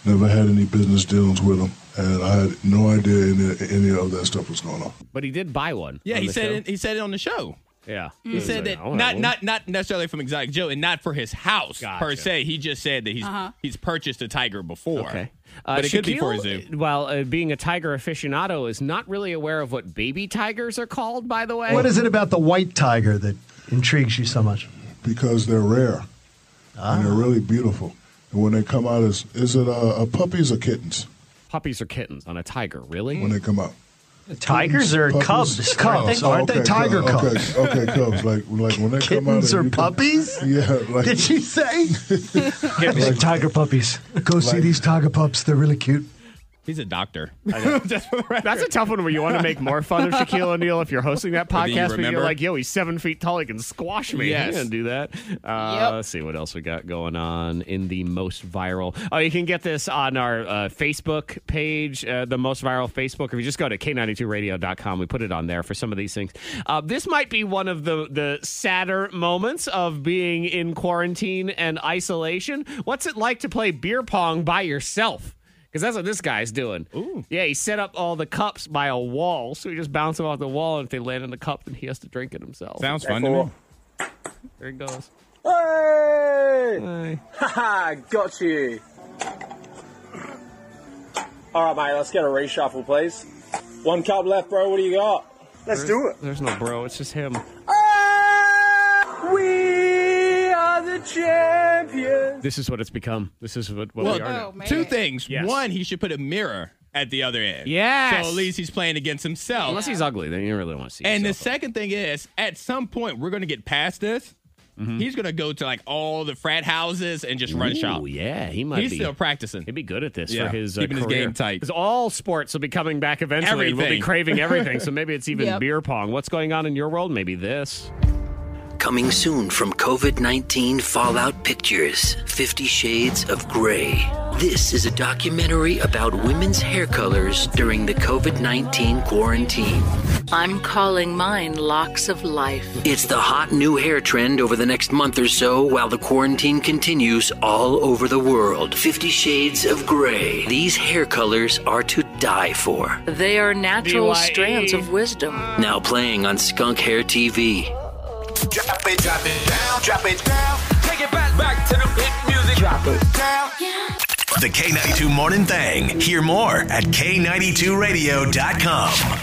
S16: never had any business dealings with him, and I had no idea any, any of that stuff was going on.
S1: But he did buy one.
S5: Yeah,
S1: on
S5: he
S1: the
S5: said
S1: show.
S5: it, he said it on the show.
S1: Yeah.
S5: He said that not not not necessarily from Exotic Joe and not for his house per
S1: Gotcha.
S5: se. He just said that he's
S1: Uh-huh.
S5: he's purchased a tiger before.
S1: Okay. Uh,
S5: but it could be for a zoo.
S1: Shaquille, While uh, being a tiger aficionado, is not really aware of what baby tigers are called. By the way,
S13: What is it about the white tiger that intrigues you so much?
S2: because they're rare and
S13: Ah.
S2: they're really beautiful. And when they come out, is is it uh, uh, puppies or kittens?
S1: Puppies or kittens on a tiger, really?
S2: When they come out,
S13: Tigers
S2: Kittens,
S13: are
S2: puppies?
S13: cubs, cubs, aren't they?
S2: Oh, okay,
S13: Tiger
S2: cub-
S13: cubs.
S2: Okay, okay, cubs. Like like when they come out,
S13: Kittens
S2: and
S13: are
S2: you can-
S13: puppies?
S2: yeah. Like,
S13: Did she say? Like tiger puppies. Go see
S5: Like-
S13: these tiger pups. They're really cute.
S5: He's a doctor.
S1: That's a tough one where you want to make more fun of Shaquille O'Neal if you're hosting that
S5: But then you
S1: podcast, but, you're
S5: remember-
S1: like, yo, he's seven feet tall. He can squash me.
S5: Yes.
S1: He can do that. Uh, Let's see what else we got going on in the most viral. Oh, you can get this on our uh, Facebook page, uh, the most viral Facebook. If you just go to k92radio.com, we put it on there for some of these things. Uh, this might be one of the, the sadder moments of being in quarantine and isolation. What's it like to play beer pong by yourself? Because that's what this guy's doing. Yeah, he set up all the cups by a wall, so he just bounce them off the wall, and if they land in the cup, then he has to drink it himself.
S5: Sounds fun to me.
S1: There it goes.
S17: Hey! Haha, got you. All right, mate, let's get a reshuffle, please. One cup left, bro. What do you got? Let's do it.
S1: There's no bro, it's just him.
S17: Ah, We are the champions.
S1: This is what it's become. This is what, what
S5: Well,
S1: we are. now.
S5: two things.
S1: Yes.
S5: One, he should put a mirror at the other end.
S1: Yes.
S5: So at least he's playing against himself.
S1: Unless he's ugly, then you really want to see.
S5: And the second thing is, at some point, we're going to get past this. He's going to go to like all the frat houses and just run
S1: Mm-hmm. Ooh,
S5: shop.
S1: yeah, he might
S5: He's
S1: be-
S5: still practicing. He'd
S1: be good at this
S5: yeah,
S1: for his uh,
S5: keeping his
S1: career.
S5: game tight.
S1: 'Cause all sports will be coming back eventually. and We'll be
S5: Everything.
S1: craving everything, so maybe it's even
S5: Yep.
S1: beer pong. What's going on in your world? Maybe this.
S18: Coming soon from COVID 19 Fallout Pictures Fifty Shades of Grey. This is a documentary about women's hair colors during the COVID 19 quarantine.
S7: I'm calling mine Locks of Life.
S18: It's the hot new hair trend over the next month or so while the quarantine continues all over the world. Fifty Shades of Grey. These hair colors are to die for.
S7: They are natural
S18: DYE.
S7: strands of wisdom.
S18: Now playing on Skunk Hair TV.
S19: Drop it, drop it down, drop it down. Take it back, back to the hit music. Drop it down.
S16: The K92 Morning Thing. Hear more at K92Radio.com.